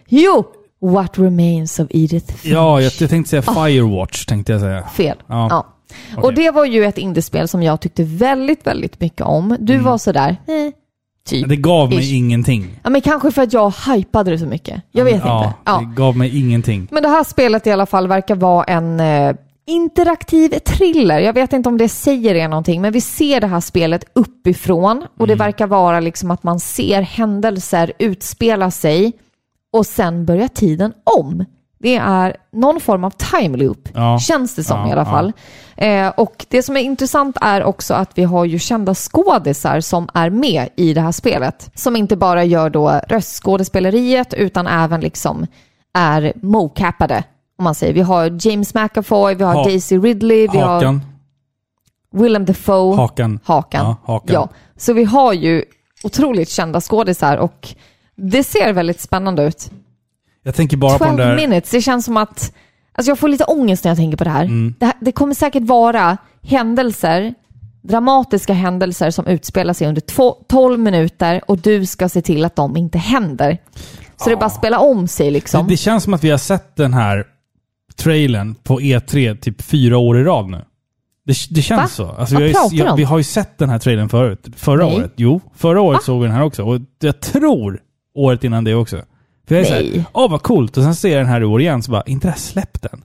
Jo, What Remains of Edith Finch.
Ja, jag, jag tänkte säga
Ah.
Firewatch, tänkte jag säga.
Fel.
Ja.
Ja.
Okej.
Och det var ju ett indiespel som jag tyckte väldigt, väldigt mycket om. Du var sådär, eh, typ.
Men Mm. Det gav mig
Ish.
ingenting.
Ja, men kanske för att jag hypade det så mycket. Jag vet
Ja,
inte. Ja.
Det gav mig ingenting.
Men det här spelet i alla fall verkar vara en eh, interaktiv thriller. Jag vet inte om det säger er någonting, men vi ser det här spelet uppifrån och det
Mm.
verkar vara liksom att man ser händelser utspela sig och sen börjar tiden om. Det är någon form av time loop,
Ja.
känns det som
Ja,
i alla
ja.
fall. Eh, och det som är intressant är också att vi har ju kända skådisar som är med i det här spelet. Som inte bara gör då röstskådespeleriet utan även liksom är mocappade. Om man säger. Vi har James McAvoy, vi har
Ha-
Daisy Ridley, vi
Hakan.
har Willem Dafoe.
Hakan.
Hakan.
Ja, Hakan.
Ja. Så vi har ju otroligt kända skådisar och det ser väldigt spännande ut.
Jag tänker bara på den
12
där...
minutes, det känns som att... Alltså jag får lite ångest när jag tänker på det här.
Mm.
Det, här, det kommer säkert vara händelser, dramatiska händelser som utspelar sig under två, 12 minuter och du ska se till att de inte händer. Så det bara spelar om sig liksom.
Ah. Det, det känns som att vi har sett den här trailern på E3 typ fyra år i rad nu. Det, det känns
Va?
så. Alltså,
Vad
vi, har
pratar
ju,
du
ja,
om?
vi har ju sett den här trailern förut. Förra
Nej.
året. Jo, förra året såg vi den här också. Och jag tror året innan det också. För jag är såhär,
Nej.
åh vad coolt. Och sen ser jag den här i år igen, så bara, inte det här släppt än?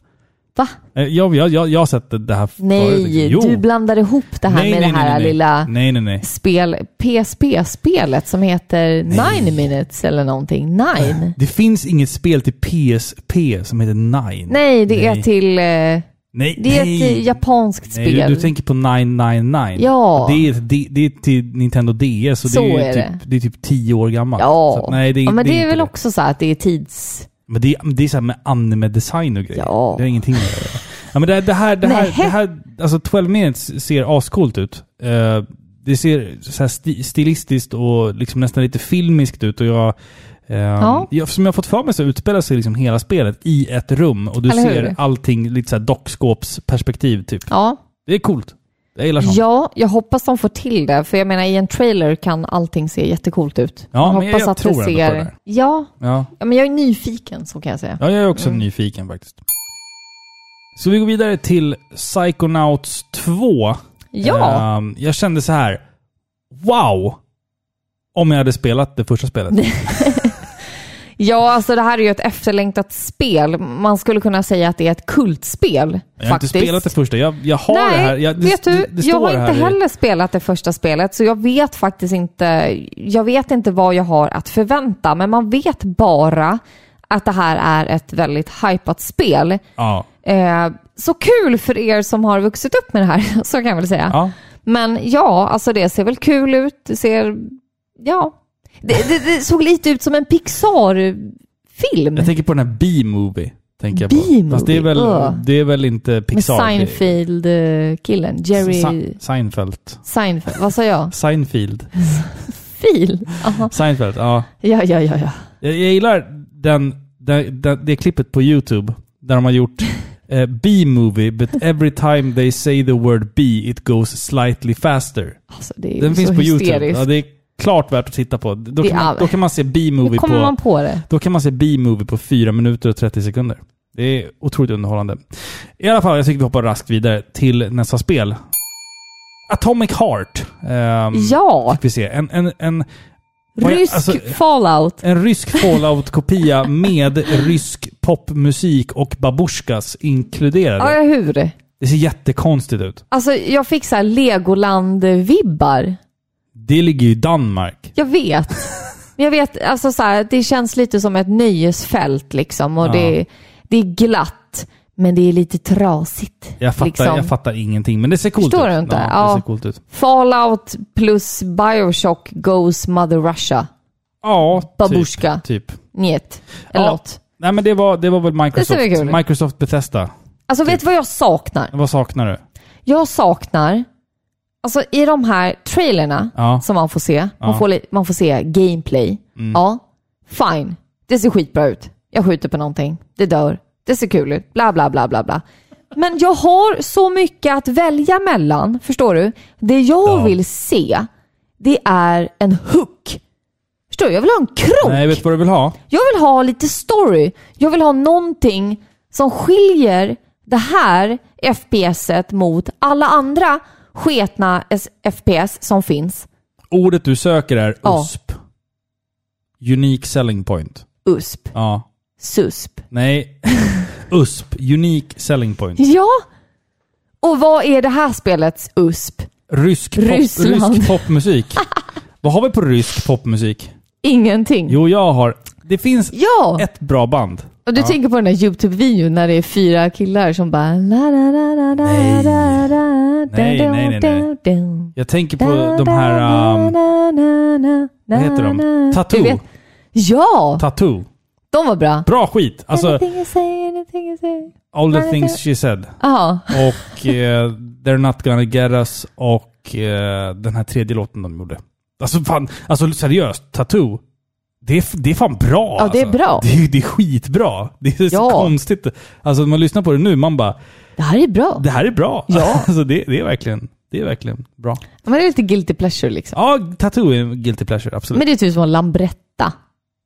Va?
Eh, Jag, jag, jag, jag har sett det- det här förut.
Nej,
liksom. Jo.
du blandar ihop det här med det här lilla
Nej, nej, nej.
spel, PSP-spelet som heter Nine minutes eller någonting. Nine?
Det finns inget spel till PSP som heter Nine.
Nej, det är
Nej.
till... eh,
Nej,
Det är
nej.
ett japanskt
Nej,
spel.
du, du tänker på 999.
Ja.
Det är, det, det är till Nintendo DS så,
Så
det, är ju
är det.
Typ, det är typ tio år gammalt.
Ja,
Så att nej, det är,
ja men det, är
inte
väl också så här att det är tids...
Men det, är- men det är så här med anime-design och grejer.
Ja.
Det är ingenting med det. Ja, men det, det här, det här,
Nej.
det här, alltså 12 minutes ser ascoolt ut. Eh, det ser så här sti, stilistiskt och liksom nästan lite filmiskt ut och jag, eh, jag som jag har fått för mig så utspelar sig liksom hela spelet i ett rum och du
Eller hur?
ser allting lite så här dockskåpsperspektiv typ.
Ja.
Det är coolt. Jag gillar sånt.
ja, jag hoppas de får till det. För jag menar i en trailer kan allting se jättecoolt ut.
Ja, men jag-
hoppas
jag
att
tror
det
ändå på det
ser...
där.
Ja,
Ja.
ja, men jag är nyfiken så kan jag säga.
Ja, jag är också
Mm.
nyfiken faktiskt. Så vi går vidare till Psychonauts 2.
Ja,
Ehm, jag kände så här, wow! Om jag hade spelat det första spelet.
ja alltså det här är ju ett efterlängtat spel. Man skulle kunna säga att det är ett kultspel
Jag har inte
faktiskt.
spelat det första. Jag, jag har
Nej,
det här. Jag, det,
vet du,
det, det
jag
står
har inte
här i-
heller spelat det första spelet, så jag vet faktiskt inte, jag vet inte vad jag har att förvänta, men man vet bara att det här är ett väldigt hypat spel.
Ja.
Eh, så kul för er som har vuxit upp med det här, så kan jag väl säga.
ja.
Men ja, alltså det ser väl kul ut, det ser, ja. Det, det, det såg lite ut som en Pixar-film.
Jag tänker på den här B-movie. Tänker jag på.
B-movie,
Fast det är, väl,
öh.
det är väl inte
Med
Pixar. det är-
Seinfeld-killen, eh, Jerry
Sa- Seinfeld.
Seinfeld, vad sa jag?
Seinfeld.
Fil? Aha.
Seinfeld, ja.
Ja, ja, ja, ja.
Jag, jag gillar den, den, den, det klippet på YouTube där de har gjort eh, B-movie, but every time they say the word B it goes slightly faster.
Alltså, det är ju
Den finns
så
på
hysteriskt.
YouTube. Ja, det är klart värt att titta på. Då
Det
kan man,
är-
då kan man se
Hur
B-movie
kommer
på,
man på det?
då kan man se B-movie på 4 minuter och 30 sekunder. Det är otroligt underhållande. I alla fall, jag tycker vi hoppar raskt vidare till nästa spel. Atomic Heart. Ehm,
Ja,
Fick vi se. En, en, en, vad jag-
rysk
alltså-
fallout.
en rysk Fallout-kopia med rysk popmusik och babusjkas inkluderade.
Ja, hur?
Det ser jättekonstigt ut.
Alltså, jag fick så här Legoland-vibbar.
Det ligger ju i Danmark.
Jag vet. Men jag vet, alltså så här, det känns lite som ett nöjesfält liksom och det, det är glatt. Men det är lite trasigt.
Jag fattar, jag fattar ingenting, men det ser coolt
Liksom. Förstår
ut.
du inte?
Ja, det
Ja.
ser coolt ut.
Fallout plus Bioshock goes Mother Russia.
Ja, typ,
Babushka.
Typ.
Njet. Eller
Ja.
något.
Nej men det var, det var väl
ser väl kul
Microsoft,
ut.
Microsoft Bethesda.
Alltså
Typ.
vet du vad jag saknar?
Vad saknar du?
Jag saknar, alltså i de här trailerna
Ja.
som man får se,
Ja. Mm.
man, får, li- man får se gameplay. Ja, fine. Det ser skitbra ut. Jag skjuter på någonting, det dör, det ser kul ut, bla bla bla bla bla. Men jag har så mycket att välja mellan, förstår du? Det jag
Ja.
vill se, det är en hook. Förstår du? Jag vill ha en krok.
Nej, vet du vad du vill ha?
Jag vill ha lite story. Jag vill ha någonting som skiljer det här FPSet mot alla andra sketna S- FPS som finns.
Ordet du söker är
Ja.
USP. Unique selling point.
USP,
Ja.
SUSP.
Nej. USP. Unique selling point.
Ja! Och vad är det här spelets USP?
Rysk, pop,
Ryssland.
rysk popmusik. vad har vi på rysk popmusik?
Ingenting.
Jo, jag har... Det finns
Ja!
ett bra band.
Och du tänker på den där YouTube-videon när det är fyra killar som bara... Nej,
Nej, nej, nej, nej. Jag tänker på de här... Um, vad heter de?
Du
Tattoo.
vet- Ja!
Tattoo.
De var bra.
Bra skit. Alltså,
anything you say, anything you say.
all the things she said.
Ja,
Och eh, They're Not Gonna Get Us och eh, den här tredje låten de gjorde. Alltså fan, alltså seriöst, Tattoo. Det är, det är fan bra
Ja, det är
alltså.
bra.
Det är, det är skitbra. Det är så
Ja.
konstigt. Alltså när man lyssnar på det nu, man bara
det här är bra.
det här är bra. Ja. Alltså det, det är verkligen det är verkligen bra.
Men det är lite guilty pleasure liksom.
Ja, Tattoo är en guilty pleasure, absolut.
Men det är typ som en Lambretta.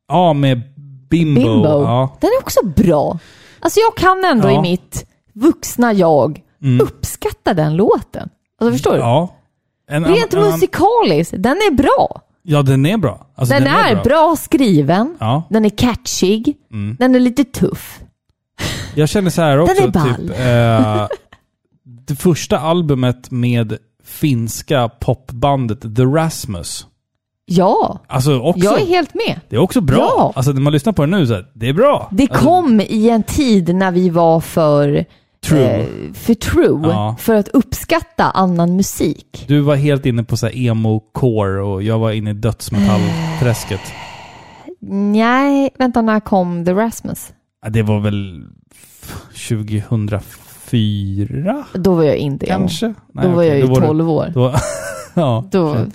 ja, med Bimbo.
Bimbo.
Ja.
Den är också bra. Alltså jag kan ändå
Ja. Mm.
i mitt vuxna jag uppskatta den låten. Alltså förstår du?
ja. En
Rent
annan- en annan-
musikaliskt, den är bra.
Ja, den är bra. Alltså,
Den, är, bra. skriven,
Ja. Mm.
den är catchig, den är lite tuff.
Jag känner så här också,
är ball.
typ, eh, det första albumet med finska popbandet The Rasmus.
Ja,
Alltså också,
jag är helt med.
det är också bra.
Ja.
Alltså när man lyssnar på det nu så här, det är bra.
Det
alltså,
kom i en tid när vi var för
True.
eh, för true,
Ja.
för att uppskatta annan musik.
Du var helt inne på så här emo-core och jag var inne i dödsmetallträsket.
Nej, vänta, när kom The Rasmus?
Ja, Det var väl f- 2004
Då var jag inte emo.
kanske? Nej,
Då var
okej,
jag ju
du-
12 år.
Då, ja,
Då,
shit.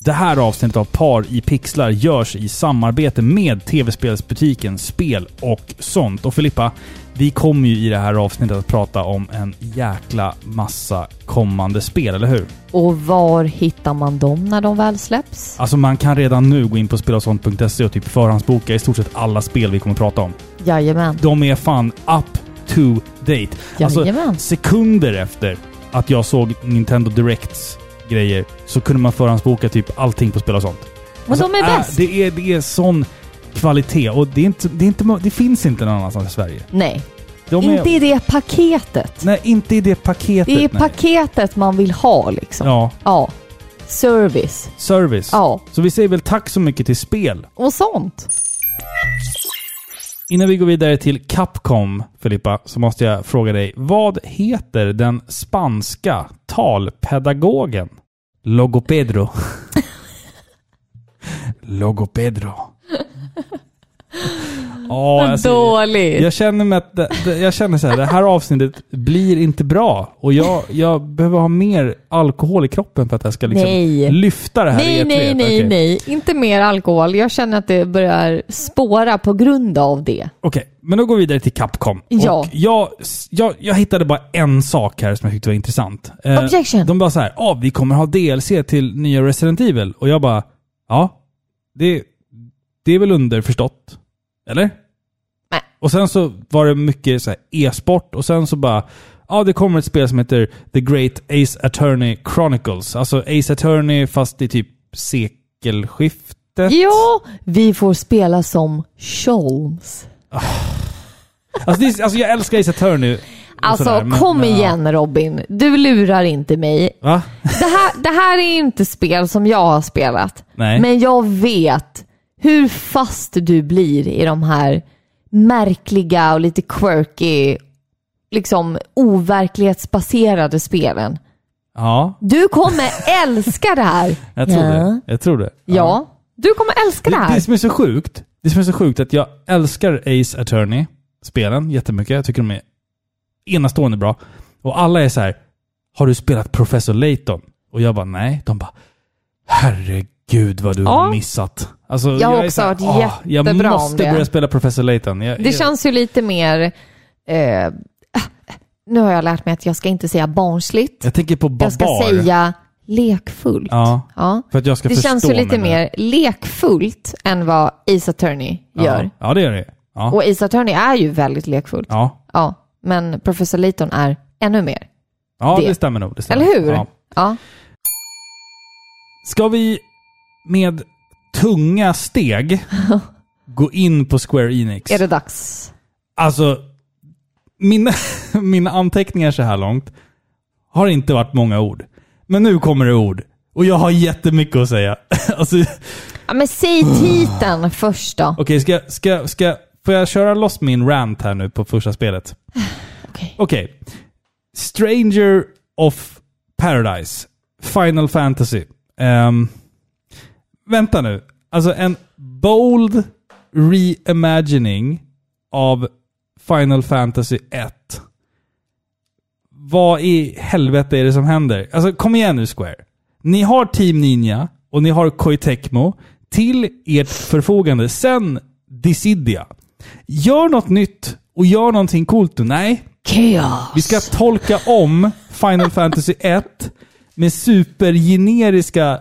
Det här avsnittet av Par i pixlar görs i samarbete med tv-spelsbutiken Spel och sånt. Och Filippa, vi kommer ju i det här avsnittet att prata om en jäkla massa kommande spel, eller hur?
och var hittar man dem när de väl släpps?
Alltså man kan redan nu gå in på spelosont.se och typ förhandsboka i stort sett alla spel vi kommer att prata om.
Jajamän.
De är fan up to date. Alltså,
Jajamän.
sekunder efter att jag såg Nintendo Directs grejer så kunde man förhandsboka typ allting på spel och sånt.
Men de är
äh,
bäst.
Det är, det är sån kvalitet och det, är inte, det, är inte, mo- det finns inte någon annanstans i Sverige.
Nej,
De
inte
är,
i det paketet.
nej, inte i det paketet.
Det är
nej.
paketet man vill ha liksom.
Ja,
Ja. Service.
service.
Ja.
Så vi säger väl tack så mycket till spel.
Och sånt.
Innan vi går vidare till Capcom, Filippa, så måste jag fråga dig. Vad heter den spanska talpedagogen? Logopedro. Logopedro. Oh,
Vad dåligt.
jag känner mig att det, det, jag känner så här, det här avsnittet blir inte bra. Och jag, jag behöver ha mer alkohol i kroppen för att jag ska liksom
Nej.
lyfta det här i
Nej,
ett
nej,
led.
nej,
Okej.
nej. Inte mer alkohol. Jag känner att det börjar spåra på grund av det.
Okej, men då går vi vidare till Capcom.
Ja.
Och jag, jag, jag hittade bara en sak här som jag tyckte var intressant. Eh,
Objection.
De bara så här, ah, vi kommer ha DLC till nya Resident Evil. Och jag bara, ja, det, det är väl underförstått? Eller?
Nej.
Och sen så var det mycket så här e-sport och sen så bara, ja det kommer ett spel som heter The Great Ace Attorney Chronicles. Alltså Ace Attorney fast i typ sekelskiftet.
Ja, vi får spela som Cholms.
Alltså, det, är- alltså jag älskar Ace Attorney. och
Alltså,
sådär, men-
kom
men, ja.
igen Robin. Du lurar inte mig.
Va?
Det här, det här är inte spel som jag har spelat.
Nej.
Men jag vet hur fast du blir i de här märkliga och lite quirky, liksom overklighetsbaserade spelen.
Ja,
Du kommer älska det här!
jag tror
Ja.
det. Jag tror det.
Ja, du kommer älska det
Det, det
här.
som är så sjukt, det som är så sjukt är att jag älskar Ace Attorney-spelen jättemycket. Jag tycker de är enastående bra. Och alla är så här, har du spelat Professor Layton? Och jag bara, nej. De bara, herregud vad du har
Ja.
missat. Alltså,
Jag har
är
också
så här,
hört
"Ah,
jättebra om
Jag måste
det."
börja spela Professor Layton. Jag,
Det
jag,
känns ju lite mer... Eh, äh, nu har jag lärt mig att jag ska inte säga barnsligt.
jag tänker på Babar.
Jag ska säga lekfullt.
Ja,
Ja.
för att jag ska
Det
förstå
känns ju lite
mig
mer lekfullt än vad Ace Attorney
Ja.
gör.
Ja, det gör det. Ja.
Och Ace Attorney är ju väldigt lekfullt. Ja.
Ja.
men Professor Layton är ännu mer.
Ja, det,
Det.
stämmer nog. Det stämmer.
Eller hur?
Ja.
Ja.
Ska vi med tunga steg gå in på Square Enix?
Är det dags?
Alltså, mina, mina anteckningar så här långt har inte varit många ord. Men nu kommer det ord. Och jag har jättemycket att säga. Alltså, Okej,
Ja, men säg titeln först då.
ska, ska, ska, får jag köra loss min rant här nu på första spelet?
Okej.
Okej. Stranger of Paradise. Final Fantasy. Ehm, vänta nu. Alltså en bold reimagining av Final Fantasy 1. Vad i helvete är det som händer? Alltså kom igen nu Square. Ni har Team Ninja och ni har Koei Tecmo till ert förfogande sen Dissidia. Gör något nytt och gör någonting coolt nu. Nej,
Chaos.
vi ska
Alltså.
tolka om Final Fantasy 1 med supergeneriska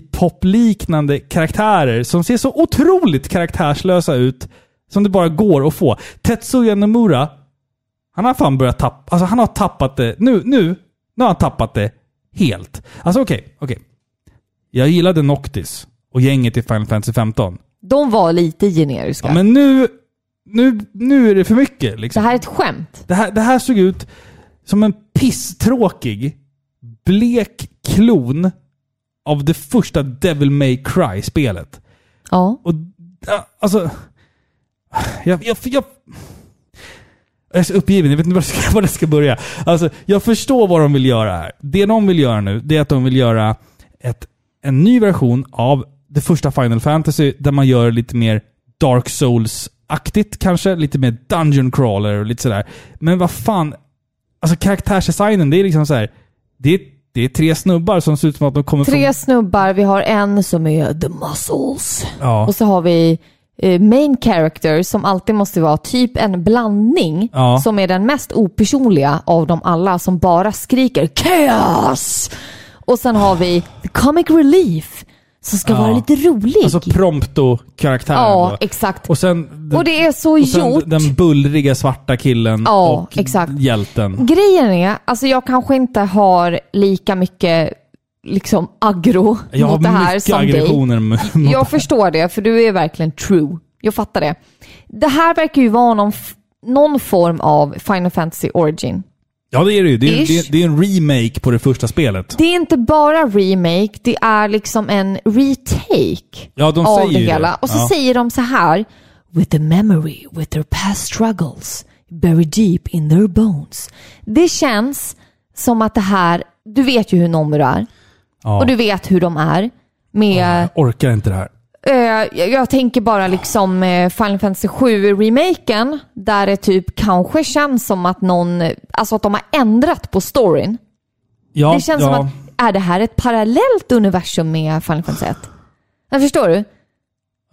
J-pop-liknande karaktärer som ser så otroligt karaktärslösa ut som det bara går att få. Tetsuya Nomura, han har fan börjat tappa... Alltså han har tappat det. Nu, nu, nu har han tappat det helt. Alltså okej, okej. Jag gillade Noctis och gänget i Final Fantasy 15.
De var lite generiska.
Ja, men nu, nu, nu är det för mycket
Det
liksom.
här är ett skämt.
Det här, det här såg ut som en pisstråkig, blek klon av det första Devil May Cry-spelet.
Ja.
Och ja, alltså... Jag, jag, jag, jag är så uppgiven, jag vet inte var jag ska, var jag ska börja. Alltså, jag förstår vad de vill göra här. Det de vill göra nu, det är att de vill göra ett, en ny version av det första Final Fantasy, där man gör lite mer Dark Souls-aktigt kanske, lite mer Dungeon Crawler och lite sådär. Men vad fan, alltså karaktärsdesignen, det är liksom så här. Det är, det är tre snubbar som ser ut som att de kommer
Tre
från...
snubbar, vi har en som är the muscles.
Ja.
Och så har vi eh, main character som alltid måste vara typ en blandning
Ja.
som är den mest opersonliga av dem alla som bara skriker chaos. Och sen har vi the comic relief som ska
Ja.
vara lite rolig.
Alltså prompto-karaktären.
ja,
då.
exakt. Och,
Och sen,
det är så
och sen
gjort.
den bullriga svarta killen
Ja,
och
exakt.
hjälten.
Grejen är, alltså jag kanske inte har lika mycket liksom aggro
Jag har
mot det här
mycket
som dig.
aggressioner mot- mot
Jag förstår det, för du är verkligen true. Jag fattar det. Det här verkar ju vara någon, f- någon form av Final Fantasy Origin.
Ja, det är det ju. Det är,
Ish.
det, är, det är en remake på det första spelet.
Det är inte bara remake, det är liksom en retake
Ja, de
av
säger
det
ju
hela.
det.
Och så
Ja.
säger de så här. With the memory, with their past struggles, buried deep in their bones. Det känns som att det här, du vet ju hur Nomura är.
Ja.
Och du vet hur de är. Med
Jag orkar inte det här.
Eh, jag, jag tänker bara liksom eh, Final Fantasy 7 remaken där det typ kanske känns som att någon, eh, alltså att de har ändrat på storyn.
Ja,
det känns
ja.
som att, är det här ett parallellt universum med Final Fantasy 1? Jag förstår du?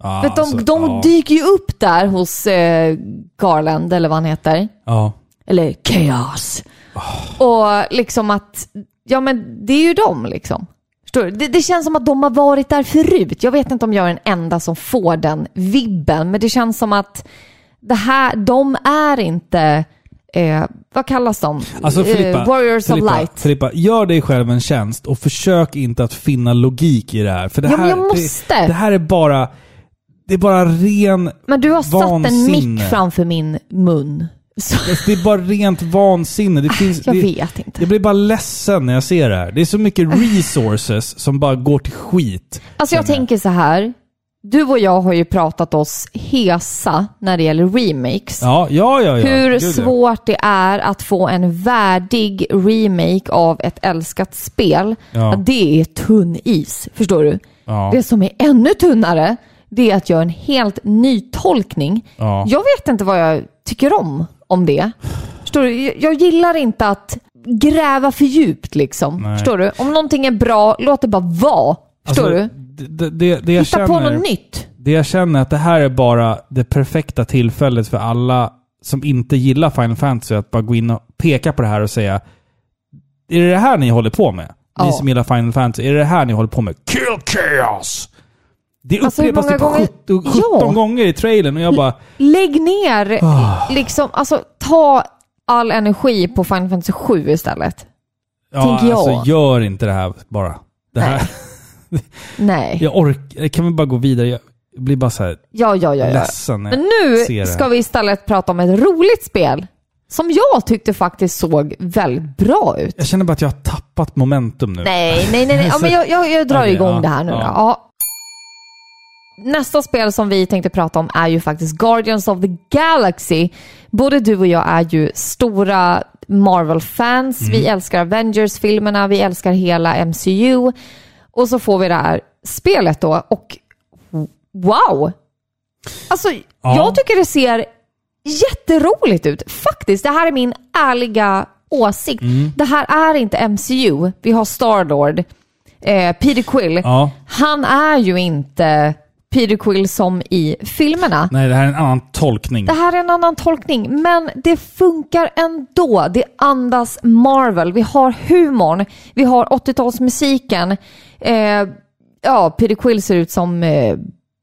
Ja,
För att de,
alltså,
de
ja.
dyker ju upp där hos eh, Garland eller vad han heter.
Ja.
Eller Chaos.
Ah.
Och liksom att, ja men det är ju de liksom. Förstår du? Det, det känns som att de har varit där förut. Jag vet inte om jag är den enda som får den vibben, men det känns som att det här, de är inte, eh, vad kallas de?
Alltså Filippa,
eh, Warriors
Filippa,
of Light.
Filippa, gör dig själv en tjänst och försök inte att finna logik i det här. För det
Ja, men
här,
jag måste.
Det, det här är bara... Det är bara ren
Men du har satt en
vansinne.
mick framför min mun. Så,
Det är bara rent vansinne. Det finns,
Ah, jag
det,
vet inte. Äh.
Jag blir bara ledsen när jag ser det här. Det är så mycket resources som bara går till skit.
Alltså jag
känner jag.
tänker så här. du och jag har ju pratat oss hesa när det gäller remakes.
Ja, ja, ja. ja.
Hur
Gud, ja.
svårt det är att få en värdig remake av ett älskat spel.
Ja.
Att det är tunn is, förstår du?
Ja.
Det som är ännu tunnare, det är att göra en helt ny tolkning.
Ja.
Jag vet inte vad jag tycker om, om det. Förstår du? Jag- Jag gillar inte att gräva för djupt liksom.
Nej.
Förstår du? Om någonting är bra, låt det bara vara. Förstår
Alltså,
du?
Det, det, det jag
Hitta
känner,
på något nytt.
Det jag känner är att det här är bara det perfekta tillfället för alla som inte gillar Final Fantasy att bara gå in och peka på det här och säga Är det det här ni håller på med? Ni
Ja.
som gillar Final Fantasy, är det det här ni håller på med? Kill Chaos! Det
Alltså, hur
upprepas
många
typ
gånger-
70 17
Ja.
gånger i trailern och jag bara
Lägg ner,
Ah.
liksom, alltså ta all energi på Final Fantasy 7 istället.
Ja,
Tänker jag.
alltså gör inte det här bara. Det här,
Nej. Ja,
jag orkar, kan vi bara gå vidare? Jag blir bara så här
ja, ja. ja,
ledsen. när jag
Men
ser
nu
det.
ska vi istället prata om ett roligt spel som jag tyckte faktiskt såg väldigt bra ut.
Jag känner bara att jag har tappat momentum nu.
Nej, nej, nej. nej. Ja, men jag, jag, jag drar
Okej,
igång
ja,
det här nu
ja.
då. Ja. Nästa spel som vi tänkte prata om är ju faktiskt Guardians of the Galaxy. Både du och jag är ju stora Marvel-fans. Vi
Mm.
älskar Avengers-filmerna, vi älskar hela MCU. Och så får vi det här spelet då och wow! Alltså,
Ja.
jag tycker det ser jätteroligt ut. Faktiskt, det här är min ärliga åsikt.
Mm.
Det här är inte MCU. Vi har Starlord, eh, Peter Quill.
Ja.
Han är ju inte Peter Quill som i filmerna.
Nej, det här är en annan tolkning.
Det här är en annan tolkning, men det funkar ändå. Det andas Marvel. Vi har humorn, vi har 80-talsmusiken. Eh, ja, Peter Quill ser ut som eh,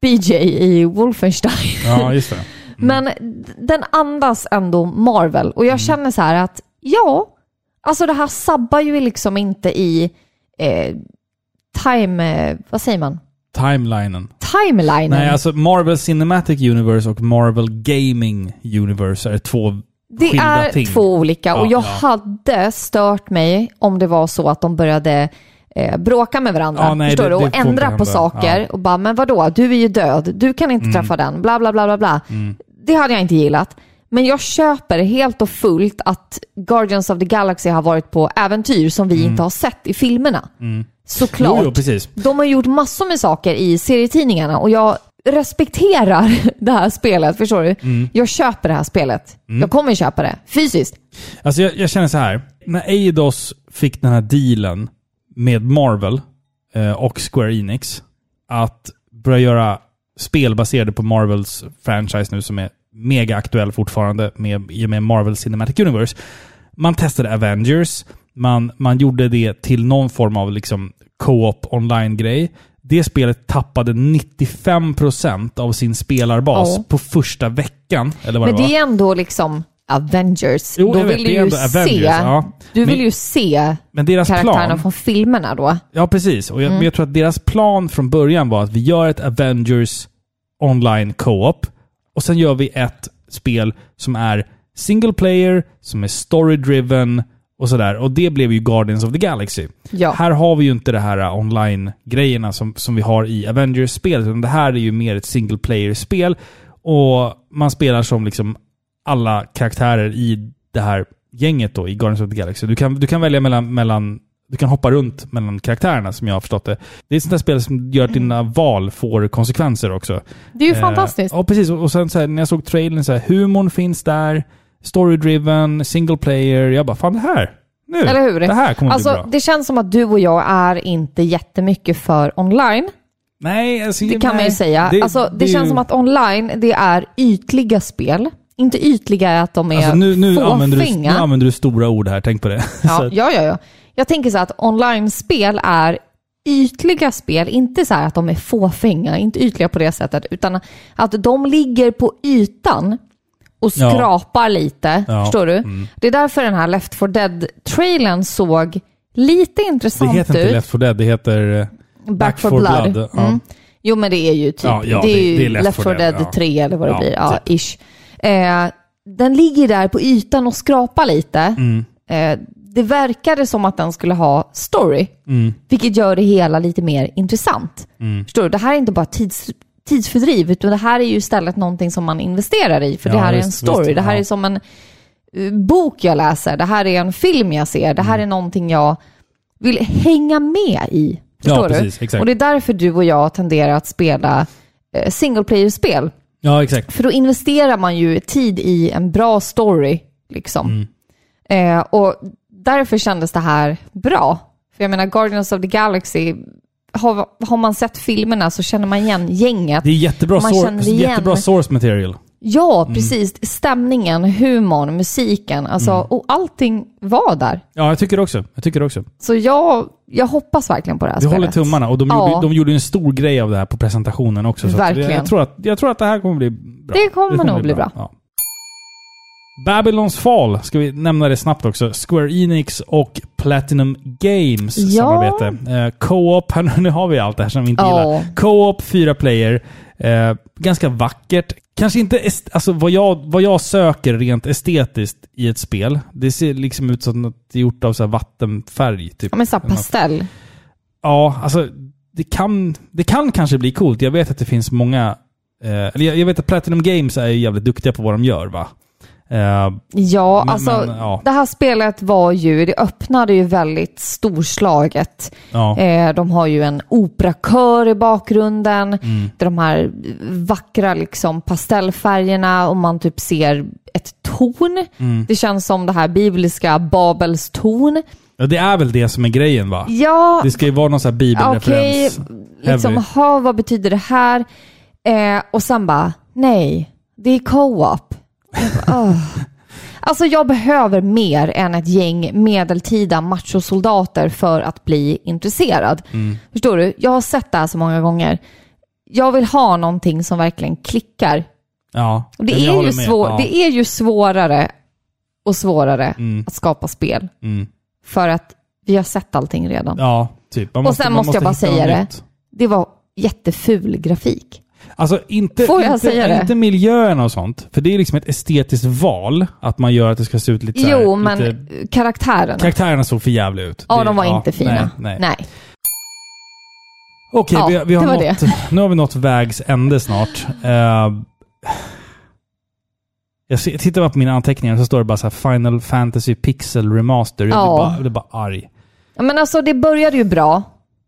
BJ i Wolfenstein.
Ja, just det.
Men d- den andas ändå Marvel och jag känner så här att ja, alltså det här sabbar ju liksom inte i eh, time, eh, vad säger man?
Timelinen.
Timeline.
Nej, alltså Marvel Cinematic Universe och Marvel Gaming Universe är två
Det
skilda
är
ting.
två olika och
Ja,
jag
ja.
hade stört mig om det var så att de började eh, bråka med varandra.
Ja, nej,
förstår
det-
du?
det
Och
får inte
ändra
hända.
på saker
Ja. Mm.
och bara, men vadå, du är ju död, du kan inte träffa den, bla bla bla bla bla. Det hade jag inte gillat. Men jag köper helt och fullt att Guardians of the Galaxy har varit på äventyr som vi inte har sett i filmerna. Såklart.
Mm. Jo, jo, precis.
De har gjort massor med saker i serietidningarna och jag respekterar det här spelet. Förstår du?
Mm.
Jag köper det här spelet. Jag kommer köpa det fysiskt.
Alltså jag, jag känner så här. När Eidos fick den här dealen med Marvel eh, och Square Enix att börja göra spel baserade på Marvels franchise nu som är mega aktuell fortfarande med, i och med Marvel Cinematic Universe. Man testade Avengers, man, man gjorde det till någon form av liksom co-op online-grej. Det spelet tappade 95% av sin spelarbas
Ja.
på första veckan. Eller vad
Men
det var.
det är ändå liksom Avengers.
Jo,
Då
jag vet,
vill
det
du
är
ju
ändå Avengers,
se,
ja.
du vill
Men-
ju se
Men deras
karaktärerna
plan...
från filmerna då.
Ja, precis. Och jag, men jag tror att deras plan från början var att vi gör ett Avengers online co-op och sen gör vi ett spel som är single player, som är story-driven och sådär. Och det blev ju Guardians of the Galaxy.
Ja.
Här har vi ju inte det här uh, online-grejerna som, som vi har i Avengers-spelet, utan det här är ju mer ett single player-spel. Och man spelar som liksom alla karaktärer i det här gänget då, i Guardians of the Galaxy. Du kan, du kan välja mellan, mellan du kan hoppa runt mellan karaktärerna som jag har förstått det. Det är ett sånt där spel som gör att dina val får konsekvenser också.
Mm. Det är ju
Eh,
fantastiskt.
Ja, precis. Och och sen så här, när jag såg trailern, så här, humorn finns där, story-driven, single player. Jag bara, fan det här! Nu!
Eller hur?
Det här kommer bli
Alltså,
bra.
det känns som att du och jag är inte jättemycket för online.
nej, alltså,
Det kan
nej.
man ju säga. Det, alltså, det,
är
känns
ju-
som att online, det är ytliga spel. Inte ytliga är att de är
Alltså, nu, nu, använder du, nu
fåfänga.
använder du stora ord här, tänk på det. Så
Ja,
att-
ja, ja, ja. Jag tänker så här att online-spel är ytliga spel, inte så här att de är fåfänga, inte ytliga på det sättet, utan att de ligger på ytan och
Ja.
skrapar lite.
Ja, Mm.
Förstår du? Det är därför den här Left 4 Dead-trailern såg lite
det
intressant
heter
ut.
inte Left 4 Dead, det heter eh,
Back, for Blood.
Ja.
Mm. Jo men det är ju typ,
Ja, ja,
det är
det-
ju
det är Left
Left 4
4
Dead
Dead, ja.
3 eller vad det
Ja, typ.
blir. Ja, ish. Eh, den ligger där på ytan och skrapar lite.
Mm.
Eh, det verkade som att den skulle ha
Mm.
story, vilket gör det hela lite mer intressant. Förstår du? Det här är inte bara tids, tidsfördriv, utan det här är ju istället någonting som man investerar i, för det
Ja,
här är en
visst,
story.
visst,
det här
ja.
är som en eh, bok jag läser, det här är en film jag ser, det här
Mm.
är någonting jag vill hänga med i. Förstår
Ja,
du?
precis, exakt.
Och det är därför du och jag tenderar att spela eh, single player-spel.
Ja, exakt.
För då investerar man ju tid i en bra story.
Mm.
Liksom. Eh, och därför kändes det här bra. För jag menar, Guardians of the Galaxy, har, har man sett filmerna så känner man igen gänget.
Det är jättebra,
Man
sor-
känner igen-
jättebra source material.
Ja,
Mm.
precis. Stämningen, humorn, musiken, alltså,
Mm.
och allting var där.
Ja, jag tycker det också. Jag tycker det också.
Så jag, jag hoppas verkligen på det här
Vi
spelet.
håller tummarna. Och de,
Ja.
gjorde, de gjorde en stor grej av det här på presentationen också. Så att
Verkligen.
Jag, jag, tror att, jag tror att det här kommer bli bra.
Det kommer nog bli bra.
Ja. Babylons fall, ska vi nämna det snabbt också. Square Enix och Platinum Games
Ja.
samarbete. Eh, co-op, här- nu har vi allt det här som vi inte
Ja.
gillar. Co-op, fyra player. Eh, ganska vackert. Kanske inte est- alltså vad jag, vad jag söker rent estetiskt i ett spel. Det ser liksom ut som att det är gjort av så här vattenfärg. Typ.
Ja, men så här
Eller något.
pastell.
Ja, alltså det kan, det kan kanske bli coolt. Jag vet att det finns många... Eh, eller jag, jag vet att Platinum Games är ju jävligt duktiga på vad de gör va? Eh,
Ja,
Men-
alltså
men, ja.
det här spelet var ju, det öppnade ju väldigt storslaget.
ja.
Eh, de har ju en operakör i bakgrunden.
Mm.
Det är de här vackra liksom, pastellfärgerna och man typ ser ett torn.
Mm.
Det känns som det här bibliska Babels torn.
ja, det är väl det som är grejen va?
Ja,
Det ska ju vara någon sån här
okej.
bibelreferens.
Liksom,
Heavy.
ha, vad betyder det här? Eh, och sen bara, nej, det är co-op. Jag bara, "Åh." Alltså jag behöver mer än ett gäng medeltida machosoldater för att bli intresserad.
Mm.
Förstår du? Jag har sett det här så många gånger. Jag vill ha någonting som verkligen klickar.
Ja.
Och det,
men jag
är
håller
ju
med.
svår,
Ja.
det är ju svårare och svårare att skapa spel.
Mm.
För att vi har sett allting redan.
ja, typ. Man
Och
man
sen måste jag bara
hitta
säga
något
det.
nytt.
Det var jätteful grafik.
Alltså inte,
Får jag
inte,
säga det?
inte miljöerna och sånt. För det är liksom ett estetiskt val. Att man gör att det ska se ut lite så här,
Jo, men
lite...
karaktären.
Karaktärerna såg för jävliga ut.
ja,
Det-
de var inte fina.
Nej,
Nej.
nej. Okej,
Ja,
vi, har- vi har
det var
nått, nu har vi nått vägs ände snart. Eh, jag ser- tittar bara på mina anteckningar och så står det bara så här Final Fantasy Pixel Remaster. Jag blir
Ja.
bara, jag blir bara arg.
Ja, Men alltså, det började ju bra.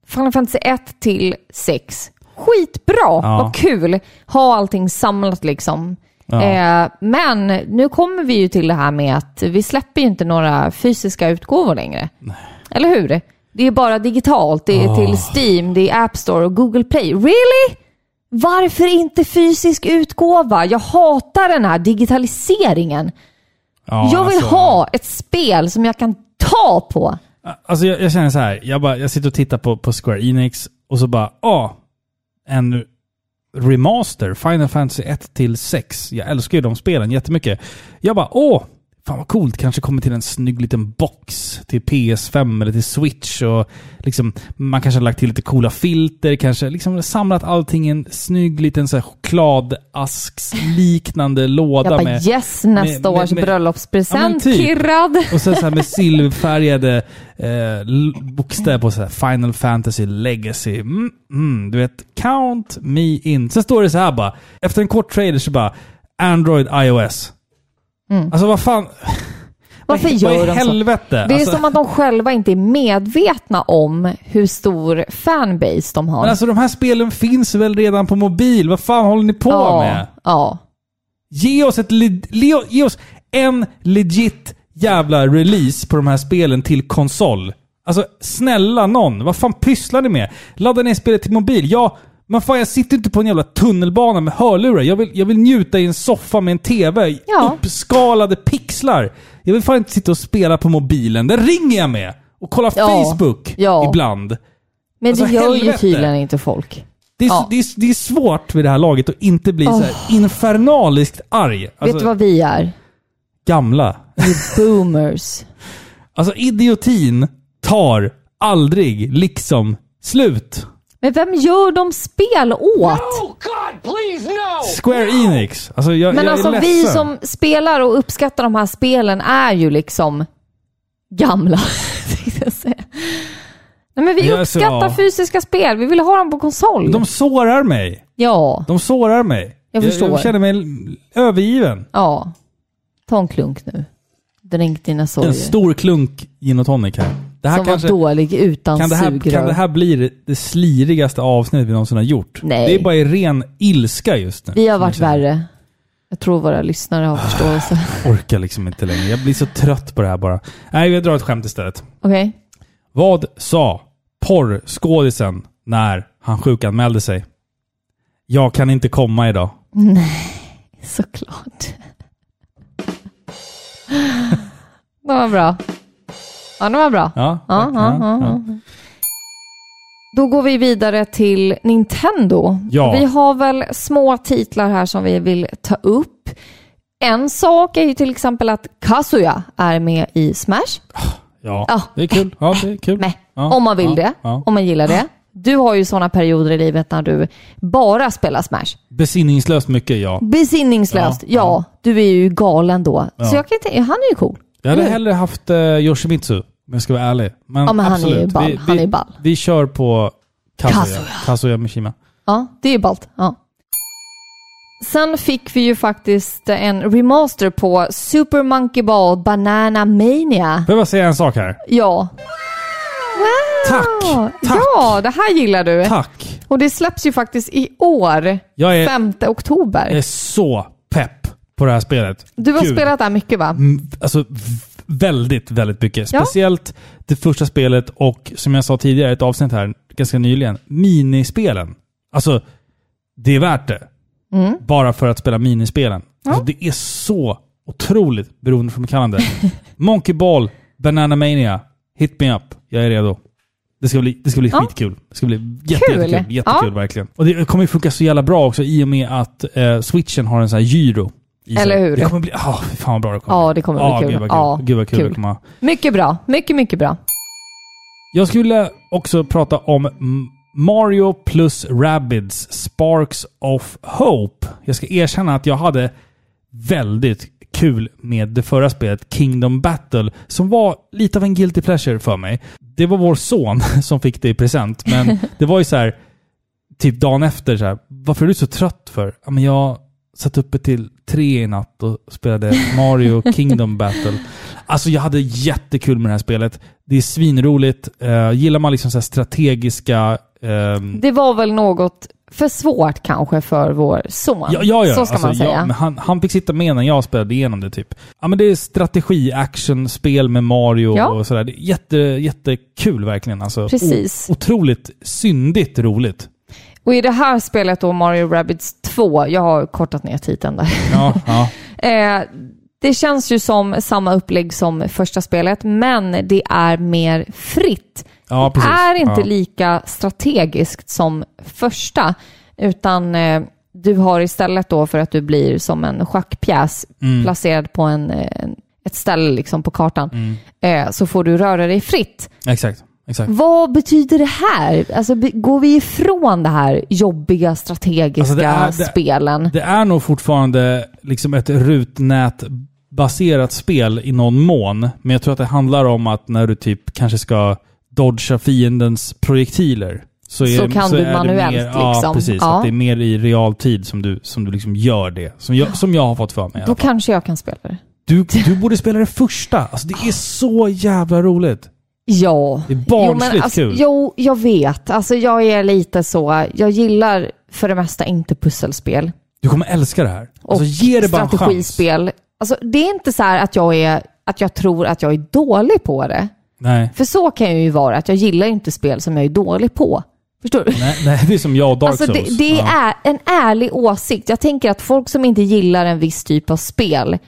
Final Fantasy 1 till 6. Skitbra! Vad kul! Ha allting samlat liksom.
Ja.
Eh, men nu kommer vi ju till det här med att vi släpper ju inte några fysiska utgåvor längre. Eller hur? Det är bara digitalt. Det är till Steam, det är App Store och Google Play. Really? Varför inte fysisk utgåva? Jag hatar den här digitaliseringen.
Ja,
jag vill
alltså.
ha ett spel som jag kan ta på.
Alltså jag, jag känner så här, jag, bara, jag sitter och tittar på, på Square Enix och så bara, ah, en remaster, Final Fantasy 1 till 6. Jag älskar ju de spelen jättemycket. Jag bara, åh, fan vad coolt, kanske kommer till en snygg liten box till PS5 eller till Switch och liksom, man kanske har lagt till lite coola filter, kanske liksom samlat allting i en snygg liten så här chokladaskliknande låda
Jag bara
med
yes, nästa
med- med-
års
med- Ja, men
bröllopspresent,
typ.
kirrad.
och sen så här med silverfärgade eh, l- bokstäver på så här Final Fantasy Legacy. Mm, mm, du vet, count me in. Sen står det så här bara, efter en kort trailer så bara, Android iOS. Alltså vad fan,
Mm. Varför
vad i
gör de så?
helvete?
Det är
alltså,
som att de själva inte är medvetna om hur stor fanbase de har.
men alltså de här spelen finns väl redan på mobil? Vad fan håller ni på med?
ja.
Ge oss, ett, le- le- ge oss en legit jävla release på de här spelen till konsol. Alltså snälla någon, vad fan pysslar ni med? Ladda ner spelet till mobil. Ja, men fan jag sitter inte på en jävla tunnelbana med hörlurar. Jag vill, jag vill njuta i en soffa med en TV.
Ja.
Uppskalade pixlar. Jag vill fan inte sitta och spela på mobilen. Den ringer jag med! Och kolla
Ja.
Facebook
Ja.
ibland.
Men
Alltså,
det gör ju
helvete.
tydligen inte folk.
Det är, så-
Ja.
det, är, det är svårt vid det här laget att inte bli så här infernaliskt arg. Alltså,
Vet du vad vi är?
Gamla.
Vi är boomers.
Alltså idiotin tar aldrig liksom slut.
Men vem gör de spel åt?
No, God, please, no!
Square Enix. Alltså jag,
Men
jag
alltså
är ledsen.
vi som spelar och uppskattar de här spelen är ju liksom gamla. tänkte jag säga. Nej, men vi
Ja, alltså,
uppskattar
ja.
fysiska spel. Vi vill ha dem på konsol.
De sårar mig.
Ja,
De sårar mig.
Jag förstår.
Jag, jag känner mig övergiven.
ja. Ta en klunk nu. Dränk dina sorger.
En stor klunk gin och tonic här. Det här
som
kanske,
var dålig utan
kan, det här,
sugrör.
kan det här bli det- det slirigaste avsnittet vi någonsin har gjort?
Nej.
Det är bara i ren ilska just nu.
Vi har varit
Som jag känner.
värre. Jag tror våra lyssnare har förståelse.
Orkar liksom inte längre. Jag blir så trött på det här bara. Nej, vi drar ett skämt istället.
Okej?
Vad sa porrskådisen när han sjukanmälde sig? Jag kan inte komma idag.
Såklart. Det var bra. Ja, det var bra.
Ja,
Ja,
tack.
ja, ja, ja. Då går vi vidare till Nintendo.
Ja.
Vi har väl små titlar här som vi vill ta upp. En sak är ju till exempel att Kazuya är med i Smash.
Ja,
Ja.
det är kul. Ja, det är kul.
Med,
Ja,
om man vill
ja,
det,
ja.
om man gillar det. Du har ju sådana perioder i livet när du bara spelar Smash.
Besinningslöst mycket, ja.
Besinningslöst, ja.
Ja, ja.
du är ju galen då.
Ja.
Så jag kan inte, han är ju cool.
Jag hade
Eller hur?
hellre haft eh, Yoshimitsu, om jag ska vara ärlig. Men,
Mm. Ja, men han är
absolut.
ju ball.
Vi, vi,
Han är ball.
Vi kör på Kazuya.
Kazuya.
Kazuya Mishima.
Ja, det är ju ballt. Ja. Sen fick vi ju faktiskt en remaster på Super Monkey Ball Banana Mania.
Får jag bara säga en sak här?
Ja.
Tack!
Ja,
Tack!
Ja, det här gillar du.
Tack! Eh.
Och det släpps ju faktiskt i år,
Jag är,
5
jag
oktober.
är så pepp på det här spelet.
Du har
Eh, Gud.
spelat där mycket va?
Mm, Alltså v- väldigt, väldigt mycket.
Ja.
Speciellt det första spelet och som jag sa tidigare i ett avsnitt här ganska nyligen, minispelen. Alltså, det är värt det.
Mm.
Bara för att spela minispelen. Alltså, det är så otroligt beroendeframkallande. Monkey Ball, Banana Mania, Hit Me Up. Jag är redo. Det ska bli, det ska bli
Ja.
skitkul. Det ska bli jätte,
Kul.
jättekul. Jättekul,
Ja.
verkligen. Och det kommer ju funka så jävla bra också i och med att eh, switchen har en sån här gyro. i sig.
Eller hur?
Det kommer bli... Ah, fy fan vad bra det kommer
Ja, det kommer bli
Ja,
kul.
Gud vad kul,
Ja,
gud vad kul,
kul.
det kommer vara.
Mycket bra. Mycket, mycket bra.
Mm. Jag skulle också prata om M- Mario plus Rabbids Sparks of Hope. Jag ska erkänna att jag hade väldigt kul med det förra spelet Kingdom Battle som var lite av en guilty pleasure för mig. Det var vår son som fick det i present, men det var ju så här typ dagen efter så här, varför är du så trött för? Ja, men jag satt uppe till tre i natt och spelade Mario Kingdom Battle. Alltså jag hade jättekul med det här spelet. Det är svinroligt. Eh, gillar man liksom så här strategiska... ehm,
Det var väl något för svårt kanske för vår son.
Ja, ja, ja.
Så ska
Alltså,
man
ja,
säga.
men han, han fick sitta med när jag spelade igenom det typ. Ja men det är strategi, action, spel med Mario
Ja.
och sådär. Det är jätte, jättekul verkligen alltså.
Precis.
O- otroligt syndigt roligt.
Och i det här spelet då, Mario Rabbids 2, jag har kortat ner titeln där.
Ja, ja.
Eh, det känns ju som samma upplägg som första spelet, men det är mer fritt.
ja precis.
det är inte
ja.
lika strategiskt som första, utan eh, du har istället då för att du blir som en schackpjäs
Mm.
placerad på en, eh, en- ett ställe liksom på kartan,
Mm.
eh, så får du röra dig fritt.
Exakt. Exakt.
Vad betyder det här? Alltså, be- går vi ifrån det här jobbiga strategiska
Alltså, det är- det-
spelen?
Det är nog fortfarande liksom ett rutnätbaserat spel i någon mån. Men jag tror att det handlar om att när du typ kanske ska dodga fiendens projektiler. Så, är
Så
det,
kan
så
du
är
manuellt
det mer, Ja,
liksom.
precis.
Ja.
Att det är mer i realtid som du, som du liksom gör det. Som jag, som jag har fått för mig. i alla
Då
fall.
kanske jag kan spela det.
Du, du borde spela det första. Alltså, det är så jävla roligt.
Ja.
Det är barnsligt
jo, men alltså,
kul.
Jo, jag vet. Alltså, jag är lite så. Jag gillar för det mesta inte pusselspel
Du kommer älska det här.
och
Alltså, ge det bara en chans.
strategispel. Alltså, det är inte så här att jag, är, att jag tror att jag är dålig på det.
Nej.
För så kan jag ju vara, att jag gillar inte spel som jag är dålig på. Förstår du?
Nej, nej, det är som jag och Dark
Alltså
Souls.
det, det
Ja.
är en ärlig åsikt. Jag tänker att folk som inte gillar en viss typ av spel,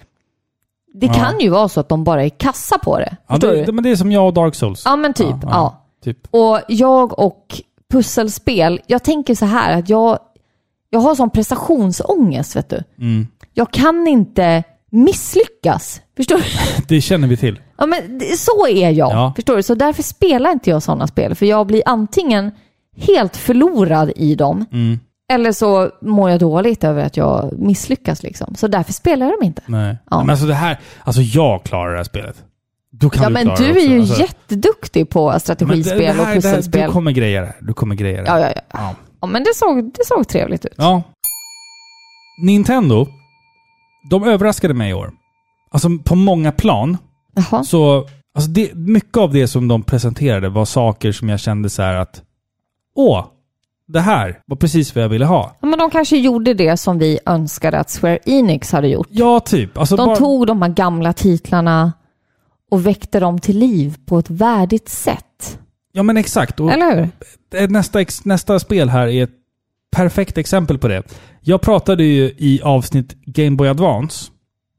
det
Ja.
kan ju vara så att de bara är kassa på det.
Ja,
Förstår
det,
du?
det, men det är som jag och Dark Souls.
Ja, men typ.
Ja, ja.
ja.
Typ.
Och jag och pusselspel, jag tänker så här att jag, jag har sån prestationsångest, vet du.
Mm.
Jag kan inte misslyckas. Förstår du?
Det känner vi till.
Ja, men det- så är jag.
Ja.
Förstår du? Så därför spelar inte jag sådana spel. För jag blir antingen helt förlorad i dem,
Mm.
eller så mår jag dåligt över att jag misslyckas. Liksom. Så därför spelar jag dem inte.
Nej.
Ja.
Men alltså det här, alltså jag klarar det här spelet. Då kan
Ja,
du
men
klara
du
det
är
också.
ju
Alltså,
jätteduktig på
men
strategispel och
det här-
pusselspel.
Du kommer greja det här. Du kommer greja det här.
ja, ja, ja.
Ja.
ja, men det såg, det såg trevligt ut.
Ja. Nintendo, de överraskade mig i år. Alltså på många plan.
Jaha.
Så alltså det, mycket av det som de presenterade var saker som jag kände så här att åh, det här var precis vad jag ville ha.
Ja, men de kanske gjorde det som vi önskade att Square Enix hade gjort.
Ja, typ. Alltså,
De
bara-
tog de här gamla titlarna och väckte dem till liv på ett värdigt sätt.
Ja, men exakt. Och
Eller hur?
eh, nästa, ex- nästa spel här är ett perfekt exempel på det. Jag pratade ju i avsnitt Game Boy Advance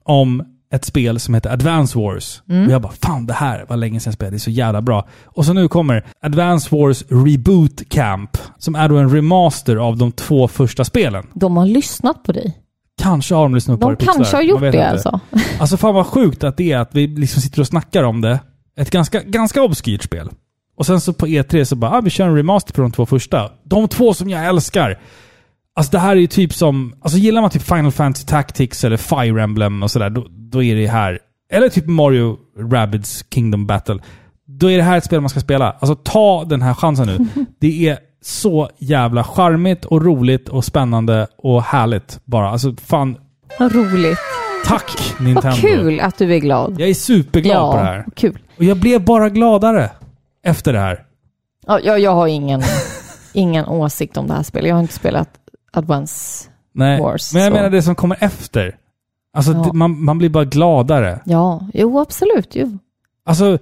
om ett spel som heter Advance Wars.
Mm.
Och jag bara, fan det här var länge sedan jag spelade, det är så jävla bra. Och så nu kommer Advance Wars Reboot Camp, som är då en remaster av de två första spelen.
De har lyssnat på dig.
Kanske har de lyssnat på
De
våra pixlar,
kanske har
man
gjort det
vet inte.
alltså.
Alltså fan vad sjukt att det är att vi liksom sitter och snackar om det. Ett ganska, ganska obskyrt spel. Och sen så på E3 så bara, ah, vi kör en remaster på de två första. De två som jag älskar! Alltså det här är ju typ som, alltså gillar man typ Final Fantasy Tactics eller Fire Emblem och sådär, då, då är det här. Eller typ Mario Rabbids Kingdom Battle. Då är det här ett spel man ska spela. Alltså ta den här chansen nu. Det är så jävla charmigt och roligt och spännande och härligt bara. Alltså fan,
Vad roligt.
tack Nintendo!
Vad kul att du är glad.
Jag är superglad på det här.
kul.
Och jag blev bara gladare efter det här.
Ja, jag, jag har ingen, ingen åsikt om det här spelet. Jag har inte spelat Advance.
Nej.
Wars,
men jag
så.
menar det som kommer efter. Alltså
Ja.
det- man, man blir bara gladare.
Ja, jo absolut. Jo.
Alltså,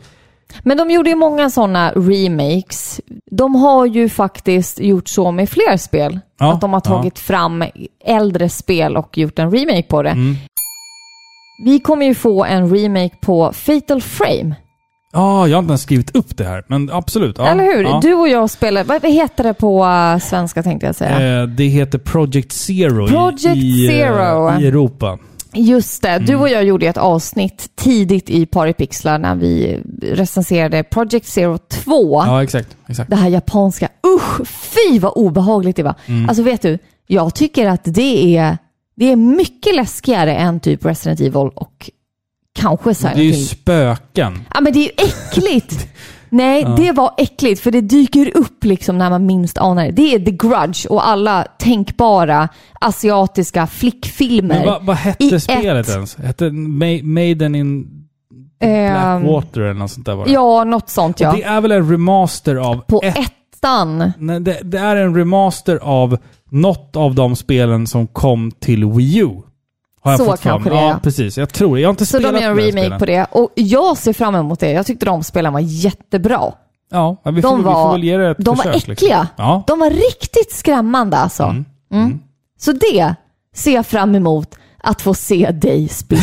Men de gjorde ju många sådana remakes. De har ju faktiskt gjort så med fler spel.
Ja,
att de har
ja.
tagit fram äldre spel och gjort en remake på det.
Mm.
Vi kommer ju få en remake på Fatal Frame,
ja, jag har inte ens skrivit upp det här, men absolut. Ja,
eller hur?
Ja.
Du och jag spelar, vad vad heter det på eh, svenska tänkte jag säga?
Eh, det heter Project Zero i-
Project
i, eh,
Zero.
i Europa.
Just det,
Mm.
du och jag gjorde ju ett avsnitt tidigt i Paripixlar när vi recenserade Project Zero 2.
Ja, exakt. exakt.
det här japanska. Usch, fy vad obehagligt det var.
Mm.
Alltså vet du, jag tycker att det är, det är mycket läskigare än typ Resident Evil och kanske
Det
Silent
är ju
Hill.
spöken.
Ja men det är ju äckligt! Nej, det var äckligt för det dyker upp liksom när man minst anar det. Det är The Grudge och alla tänkbara asiatiska flickfilmer.
Men vad, vad hette
I
spelet
ett-
ens? Hette Ma- Maiden in
Ehm,
Blackwater eller något sånt där var det.
ja, något sånt ja.
Det är väl en remaster av
På
ett
ettan.
Nej, det, det är en remaster av något av de spelen som kom till Wii U. Har jag
Så
fått fram.
kanske det är,
ja,
ja.
precis. Jag tror det. Jag har inte
Så
spelat
de gör en
de här
remake
spelen.
på det och jag ser fram emot det. Jag tyckte de spelen var jättebra.
Ja, men vi, får,
De
vi får
var,
väl ge det ett
de
försök.
var äckliga.
Liksom. Ja.
De var riktigt skrämmande alltså. Mm. Så det ser jag fram emot att få se dig spela.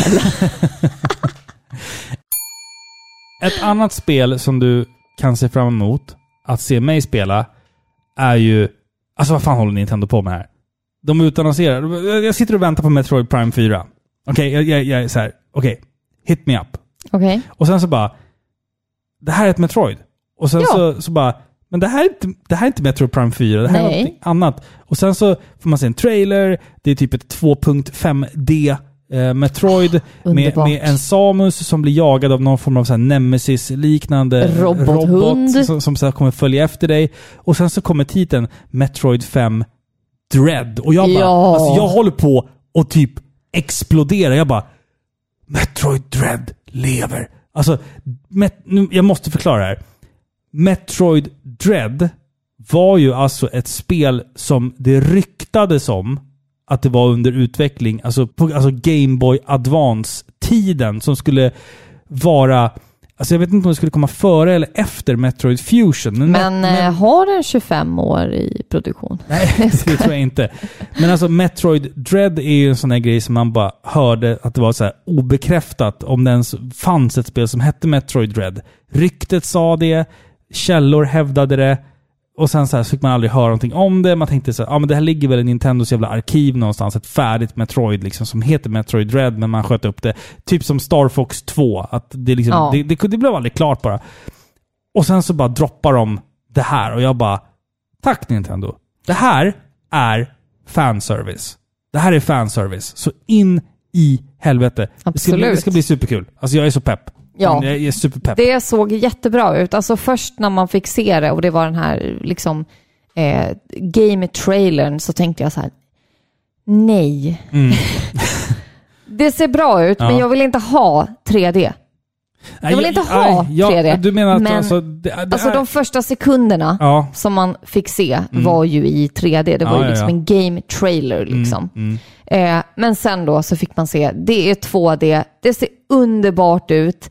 Ett annat spel som du kan se fram emot att se mig spela är ju... Alltså vad fan håller Nintendo på med här? De utannonserar... Jag sitter och väntar på Metroid Prime 4. Okej, jag, jag, jag är så här. Okej, hit me up.
Okej.
Och sen så bara, det här är ett Metroid. Och sen
Ja.
så, så bara, men det här, är inte, det här är inte Metroid Prime 4, det här är
Nej.
någonting annat. Och sen så får man se en trailer, det är typ ett 2.5D eh, Metroid med,
Ah, underbart.
med en Samus som blir jagad av någon form av så här Nemesis-liknande
Robothund.
robot som, som så här kommer följa efter dig. Och sen så kommer titeln Metroid 5 Dread. Och jag bara,
Ja.
alltså jag håller på och typ explodera. Jag bara, Metroid Dread lever. Alltså, met, nu, jag måste förklara det här. Metroid Dread var ju alltså ett spel som det ryktades om att det var under utveckling, alltså, på, alltså Game Boy Advance-tiden som skulle vara... Alltså jag vet inte om det skulle komma före eller efter Metroid Fusion. Men,
Men, eh, har den 25 år i produktion?
Nej, det tror jag inte. Men alltså Metroid Dread är ju en sån här grej som man bara hörde att det var så här obekräftat om det ens fanns ett spel som hette Metroid Dread. Ryktet sa det, källor hävdade det och sen så, här, så fick man aldrig höra någonting om det. Man tänkte så här, ja men det här ligger väl i Nintendos jävla arkiv någonstans, ett färdigt Metroid liksom som heter Metroid Dread men man sköt upp det. Typ som Star Fox 2, att det liksom,
Ja.
det, det, det blev aldrig klart bara. Och sen så bara droppar de det här och jag bara, tack Nintendo. Det här är fanservice. Det här är fanservice. Så in i helvete. Det ska, bli,
Absolut.
det ska bli superkul. Alltså jag är så pepp.
Ja.
Jag är superpepp.
Det såg jättebra ut. Alltså först när man fick se det och det var den här liksom eh, game-trailern så tänkte jag så här, nej.
Mm.
Det ser bra ut,
Ja.
men jag vill inte ha 3D.
Nej,
vill inte ha
nej, jag-
3D,
Du menar att
men-
alltså... Det, det
Alltså
är,
de första sekunderna
Ja.
som man fick se var ju i 3D. Det
Mm.
var
Ja,
ju
ja,
liksom
ja.
en game-trailer liksom.
Mm,
Eh, men sen då så fick man se, det är 2D, det ser underbart ut.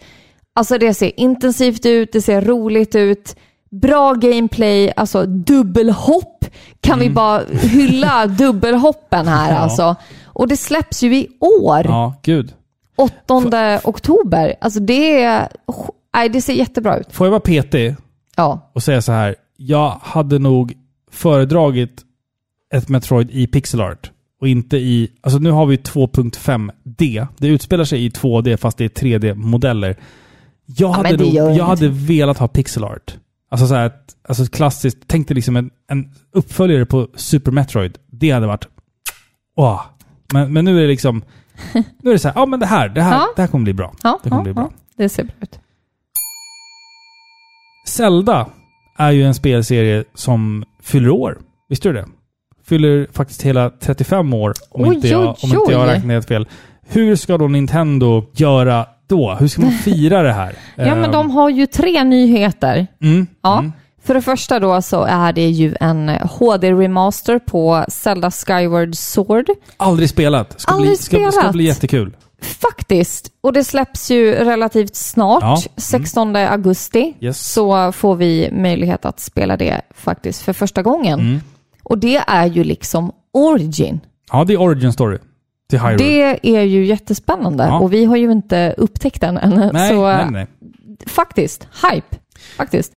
Alltså det ser intensivt ut, det ser roligt ut. Bra gameplay, alltså dubbelhopp. Kan vi bara hylla dubbelhoppen här
Mm. Ja.
alltså? Och det släpps ju i år,
ja, gud.
8 oktober. Alltså det är... Nej, det ser jättebra ut.
Får jag vara petig
Ja,
och säga så här. Jag hade nog föredragit ett Metroid i pixel art och inte i... Alltså nu har vi 2.5D. Det utspelar sig i 2D fast det är 3D-modeller. Jag, hade,
men det
nog,
gör
jag hade
ingenting.
velat ha pixel art. Alltså så här, att- alltså klassiskt. Tänk dig liksom en, en uppföljare på Super Metroid. Det hade varit... Åh. Men, men nu är det liksom... Nu är det så här, ja men det här, det här,
Ja.
det här kommer bli bra.
ja,
Det kommer
ja,
bli bra.
ja det ser bra ut.
Zelda är ju en spelserie som fyller år. Visste du det? Fyller faktiskt hela 35 år om,
Oj,
inte, jag,
oj,
om inte jag har
oj.
räknat helt fel. Hur ska då Nintendo göra då? Hur ska man fira det här?
Ja, men de
Ehm,
har ju tre nyheter.
Mm,
Ja.
mm.
För det första då så är det ju en HD-remaster på Zelda Skyward Sword.
Aldrig spelat. Ska bli,
Aldrig
ska, spelat. Ska
spelat.
bli jättekul.
Faktiskt, och det släpps ju relativt snart,
Ja. Mm.
16 augusti,
Yes.
så får vi möjlighet att spela det faktiskt för första gången.
Mm.
Och det är ju liksom origin.
Ja, det är origin story till Hyrule.
Det är ju jättespännande
Ja.
och vi har ju inte upptäckt den än.
nej,
så
nej, nej.
faktiskt, hype. Faktiskt.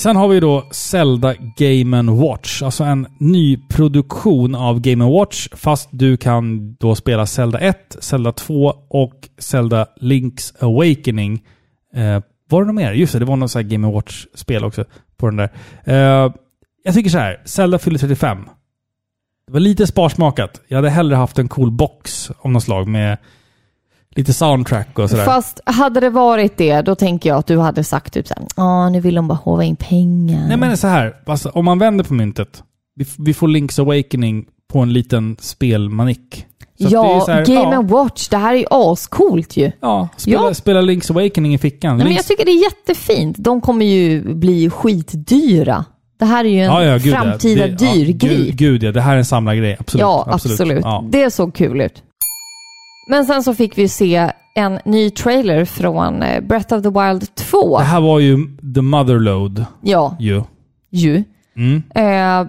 Sen har vi då Zelda Game Watch, alltså en ny produktion av Game Watch, fast du kan då spela Zelda 1, Zelda 2 och Zelda Link's Awakening. Eh, var det något mer? Just det, det var något så här Game Watch-spel också på den där. Eh, jag tycker så här, Zelda fyller 35. Det var lite sparsmakat. Jag hade hellre haft en cool box av något slag med lite soundtrack och sådär.
Fast hade det varit det, då tänker jag att du hade sagt typ såhär, ja nu vill de bara håva in pengar.
Nej men så här, alltså, om man vänder på myntet. Vi, f- vi får Link's Awakening på en liten spelmanick. Så att det är
ja,
så här,
Game
ja,
Watch, det här är ju ascoolt ju.
ja, spela,
Ja.
spela Link's Awakening i fickan.
Nej, men
Link's-
jag tycker det är jättefint. De kommer ju bli skitdyra. Det här är ju en
Ja, ja, gud, ja.
framtida
Det- ja,
dyr
gud-
grej.
Gud ja, det här är en samlargrej. Absolut.
Ja, absolut.
Ja.
Det såg kul ut. Men sen så fick vi se en ny trailer från eh, Breath of the Wild 2.
Det här var ju the motherload
Ja,
ju.
ju.
Mm.
Eh,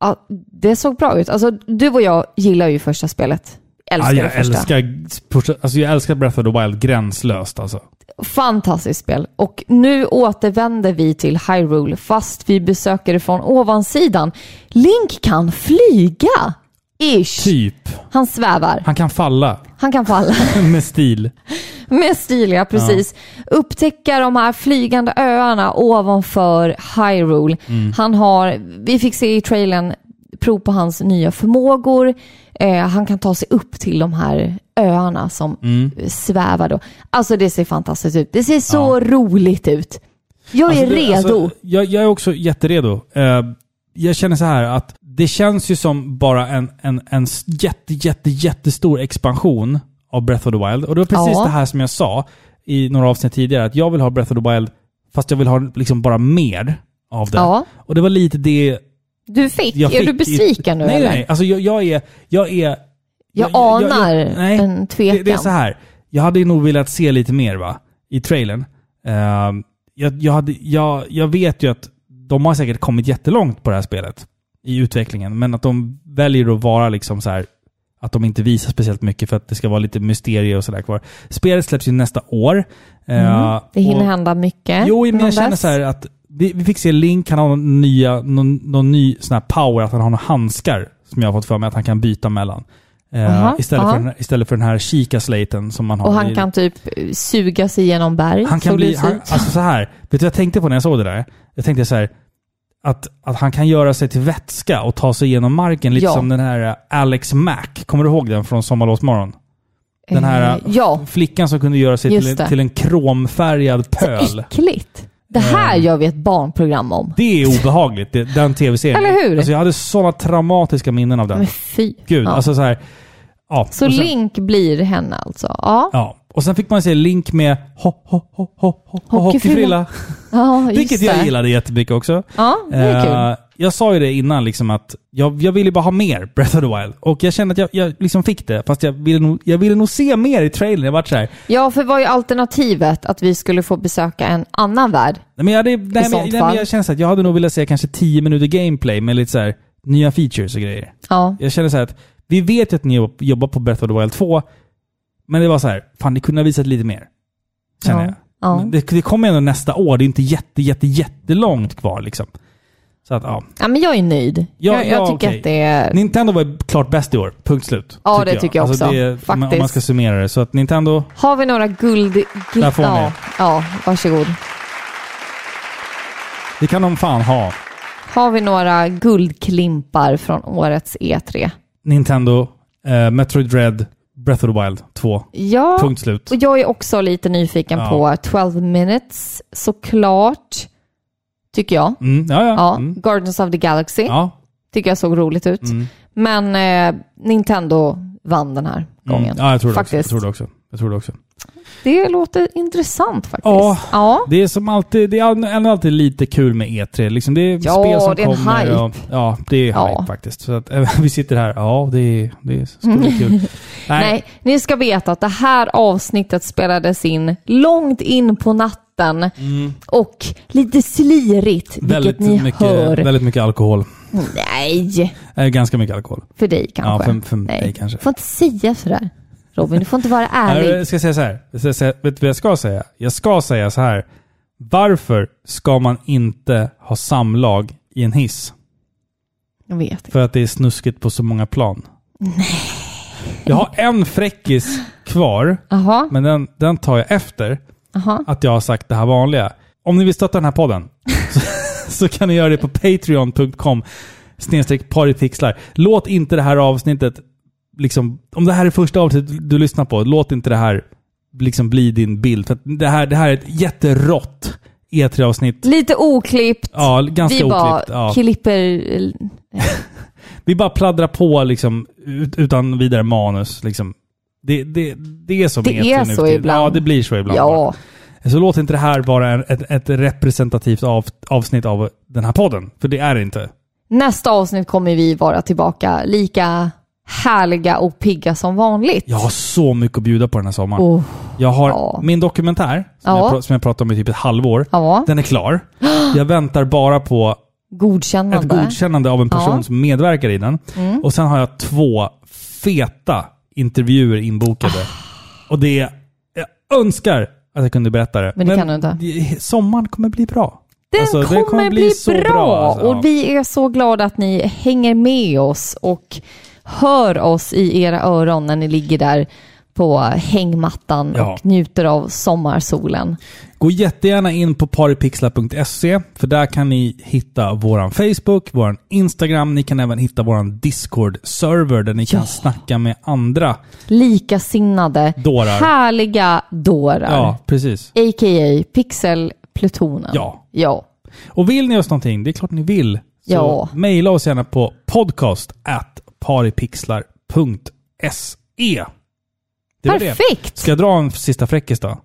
ja, det såg bra ut. Alltså, du och jag gillar ju första spelet. Älskar
Ja, jag,
det första.
älskar, alltså jag älskar Breath of the Wild gränslöst alltså.
Fantastiskt spel. Och nu återvänder vi till Hyrule fast vi besöker det från ovansidan. Link kan flyga! Ish.
Typ.
Han svävar.
Han kan falla
Han kan falla.
med stil.
Med stiliga, precis. Upptäcka de här flygande öarna ovanför Hyrule.
Mm.
Han har, vi fick se i trailern prov på hans nya förmågor. Eh, han kan ta sig upp till de här öarna som
Mm.
svävar då. Alltså det ser fantastiskt ut. Det ser så roligt ut. Jag är
Alltså, det-
redo.
alltså, jag, jag är också jätteredo. Eh, jag känner så här att det känns ju som bara en, en, en s- jätte, jätte, jättestor expansion av Breath of the Wild. Och det var precis
Ja.
det här som jag sa i några avsnitt tidigare, att jag vill ha Breath of the Wild fast jag vill ha liksom bara mer av det.
Ja.
Och det var lite det
du fick.
jag
är
fick
du
i-
besviken nu
Nej,
eller?
nej, nej. Alltså jag, jag är... Jag, är,
Jag anar en tvekan.
Det, det är så här. Jag hade ju nog velat se lite mer va? I trailern. Ehm, jag, jag, hade, jag, jag vet ju att de har säkert kommit jättelångt på det här spelet. I utvecklingen. Men att de väljer att vara liksom så här. Att de inte visar speciellt mycket för att det ska vara lite mysterier och sådär kvar. Spelet släpps ju nästa år. Ehm,
Mm. Det hinner
och-
hända mycket.
Jo, men
innan
jag känner
dess.
så här att vi, vi fick se Link, han har någon, nya, någon, någon ny sån här power, att han har några handskar som jag har fått för mig att han kan byta mellan. Eh,
Aha,
istället,
aha.
För den, här- istället för den här kika-slaten som man har.
Och
i-
han kan typ suga sig genom berg.
han kan
såg det
bli,
ut
han,
som.
alltså så här, vet du vad jag tänkte på när jag såg det där? Jag tänkte så här, att, att han kan göra sig till vätska och ta sig igenom marken, lite
Ja.
som den här eh, Alex Mack. Kommer du ihåg den från Sommarlovsmorgon? Den här
Eh, ja,
flickan som kunde göra sig
Just
till,
det.
till en kromfärgad pöl.
äckligt. Det här
Eh.
gör vi ett barnprogram om.
Det är obehagligt, det, den tv-serien.
Eller hur?
Alltså jag hade sådana traumatiska minnen av den.
Men fy.
Gud,
ja.
alltså så här. Ja.
så
och sen,
Link blir henne alltså? Ja,
Ja. Och sen fick man se Link med ho, ho, ho, ho, ho, hockeyfrilla.
Hockeyfrilla. ja just
Vilket
det.
jag gillade jättemycket också.
Ja, det är kul.
Eh, jag sa ju det innan, liksom att jag, jag ville bara ha mer Breath of the Wild. Och jag kände att jag, jag liksom fick det, fast jag ville, nog, jag ville nog se mer i trailern. Jag vart så här,
Ja, för var ju alternativet att vi skulle få besöka en annan värld?
nej men jag, hade, nej, men,
sånt
nej, men
fall.
jag kände så att jag hade nog velat se kanske 10 minuter gameplay med lite så här nya features och grejer.
Ja,
Jag känner så här att vi vet ju att ni jobb- jobbar på Breath of the Wild 2, men det var så här, fan ni kunde ha visat lite mer. Känner
Ja.
jag.
Ja.
Men Det, det kommer ändå nästa år, det är inte jätte, jätte, jättelångt kvar liksom. Så att ja.
ja men jag är nöjd.
Ja,
jag,
ja,
jag tycker
okej.
att det är...
Nintendo var ju klart bäst i år, punkt slut. Alltså,
Ja, det tycker jag också.
om man- Om man
Faktiskt.
ska summera det. Så att Nintendo,
Har vi några guld... guld...
Där får ni.
ja. ja, varsågod.
det kan de fan ha.
Har vi några guldklimpar från årets E E3?
Nintendo, eh, Metroid Dread, Breath of the Wild 2,
Ja,
punkt slut.
och jag är också lite nyfiken
Ja.
på 12 minutes, såklart. Tycker jag.
Mm, ja, ja.
Ja,
Mm.
Guardians of the Galaxy
ja.
tycker jag såg roligt ut.
Mm.
Men eh, Nintendo vann den här gången.
Mm. Ja, jag tror det också. Jag
Faktiskt.
tror det också. Jag tror det också.
Det låter intressant faktiskt.
Ja.
ja.
Det är som alltid, det är all- ändå alltid lite kul med E3. Liksom det är
Ja,
spel som
det är en
kommer.
hype.
Och, ja, det är
Ja.
hype faktiskt. Så att, vi sitter här, ja det, är- det ska bli kul. Nej,
Nej, ni ska veta att det här avsnittet spelades in långt in på natten och lite slirigt, vilket
Mm. väldigt,
ni
mycket,
hör.
väldigt mycket alkohol.
Nej,
Eh, ganska mycket alkohol.
för dig kanske.
Ja, för- för mig
Nej.
kanske.
Du får inte säga sådär. Robin, du får inte vara
Nej,
ärlig.
Eh, Jag ska säga så här. Jag ska säga, vet du vad jag ska säga? Jag ska säga så här. Varför ska man inte ha samlag i en hiss?
Jag vet inte.
För att det är snuskigt på så många plan. Jag har en fräckis kvar,
Jaha,
men den, den tar jag efter.
jaha.
att jag har sagt det här vanliga. Om ni vill stötta den här podden så, så kan ni göra det på patreon.com snedstreck partypixlar. Låt inte det här avsnittet, liksom, om det här är första avsnittet du lyssnar på, låt inte det här liksom bli din bild. För att det, här, det här är ett jätterått E3-avsnitt.
Lite oklippt.
Ja, ganska
Vi bara
oklippt. Ja.
klipper...
Vi bara pladdrar på liksom, ut, utan vidare manus. Liksom. Det, det, det är som
Det
E3
är
nu
så
för tiden.
ibland.
Ja, det blir så ibland. bara.
Ja,
Så låt inte det här vara en- ett, ett representativt av, avsnitt av den här podden, för det är det inte.
nästa avsnitt kommer vi vara tillbaka lika härliga och pigga som vanligt.
Jag har så mycket att bjuda på den här sommaren.
Oh.
jag har
ja.
min dokumentär, som,
Ja.
jag, pra- som jag pratade om i typ ett halvår.
Ja,
Den är klar. Jag väntar bara på ett
godkännande.
godkännande av en person
Ja. Mm.
som medverkar i den. Och sen har jag två feta intervjuer inbokade. Och det är, jag önskar att jag kunde berätta det.
Ah. Men det kan du inte.
Sommaren kommer bli bra.
Den
Alltså,
kommer, bli,
så
bra,
alltså. Ja.
och vi är så glada att ni hänger med oss och hör oss i era öron när ni ligger där på hängmattan
Ja.
och njuter av sommarsolen.
Gå jättegärna in på paripixlar.se för där kan ni hitta våran Facebook, våran Instagram, ni kan även hitta våran Discord-server där ni kan snacka med andra.
Likasinnade,
Dårar.
härliga dårar.
Ja, precis.
A.k.a. Pixelplutonen.
Ja.
ja.
Och vill ni oss någonting, det är klart ni vill, så
Ja.
mejla oss gärna på podcast at paripixlar.se. Det var
Perfekt!
Det. Ska jag dra en sista fräckis då?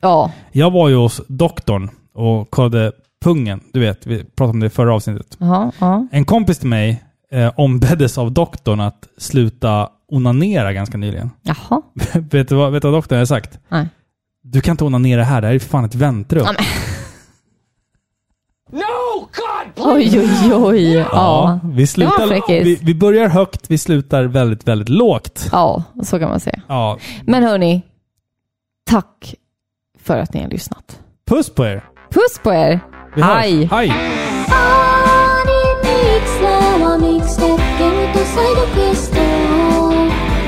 Ja,
Jag var ju hos doktorn och kollade pungen. Du vet, vi pratade om det i förra avsnittet.
ja, ja.
En kompis till mig eh, ombeddes av doktorn att sluta onanera ganska nyligen.
Jaha.
vet, du vad, vet du vad doktorn hade sagt?
Nej.
Du kan inte onanera här, det här är fan ett väntrum.
No, God, please.
Oj, oj, oj. Ja.
vi,
Det var en
slutar,
fräckis.
vi, vi börjar högt, vi slutar väldigt, väldigt lågt.
ja, så kan man säga.
Ja,
Men hörni, tack för att ni har lyssnat.
puss på er!
Puss på er!
Vi hörs.
Hej!
Hej.
はミックステップとサイドクエスト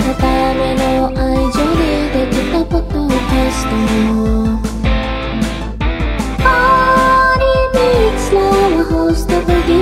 のための愛情でできたポッドキャストハリミックスラーはホストブギ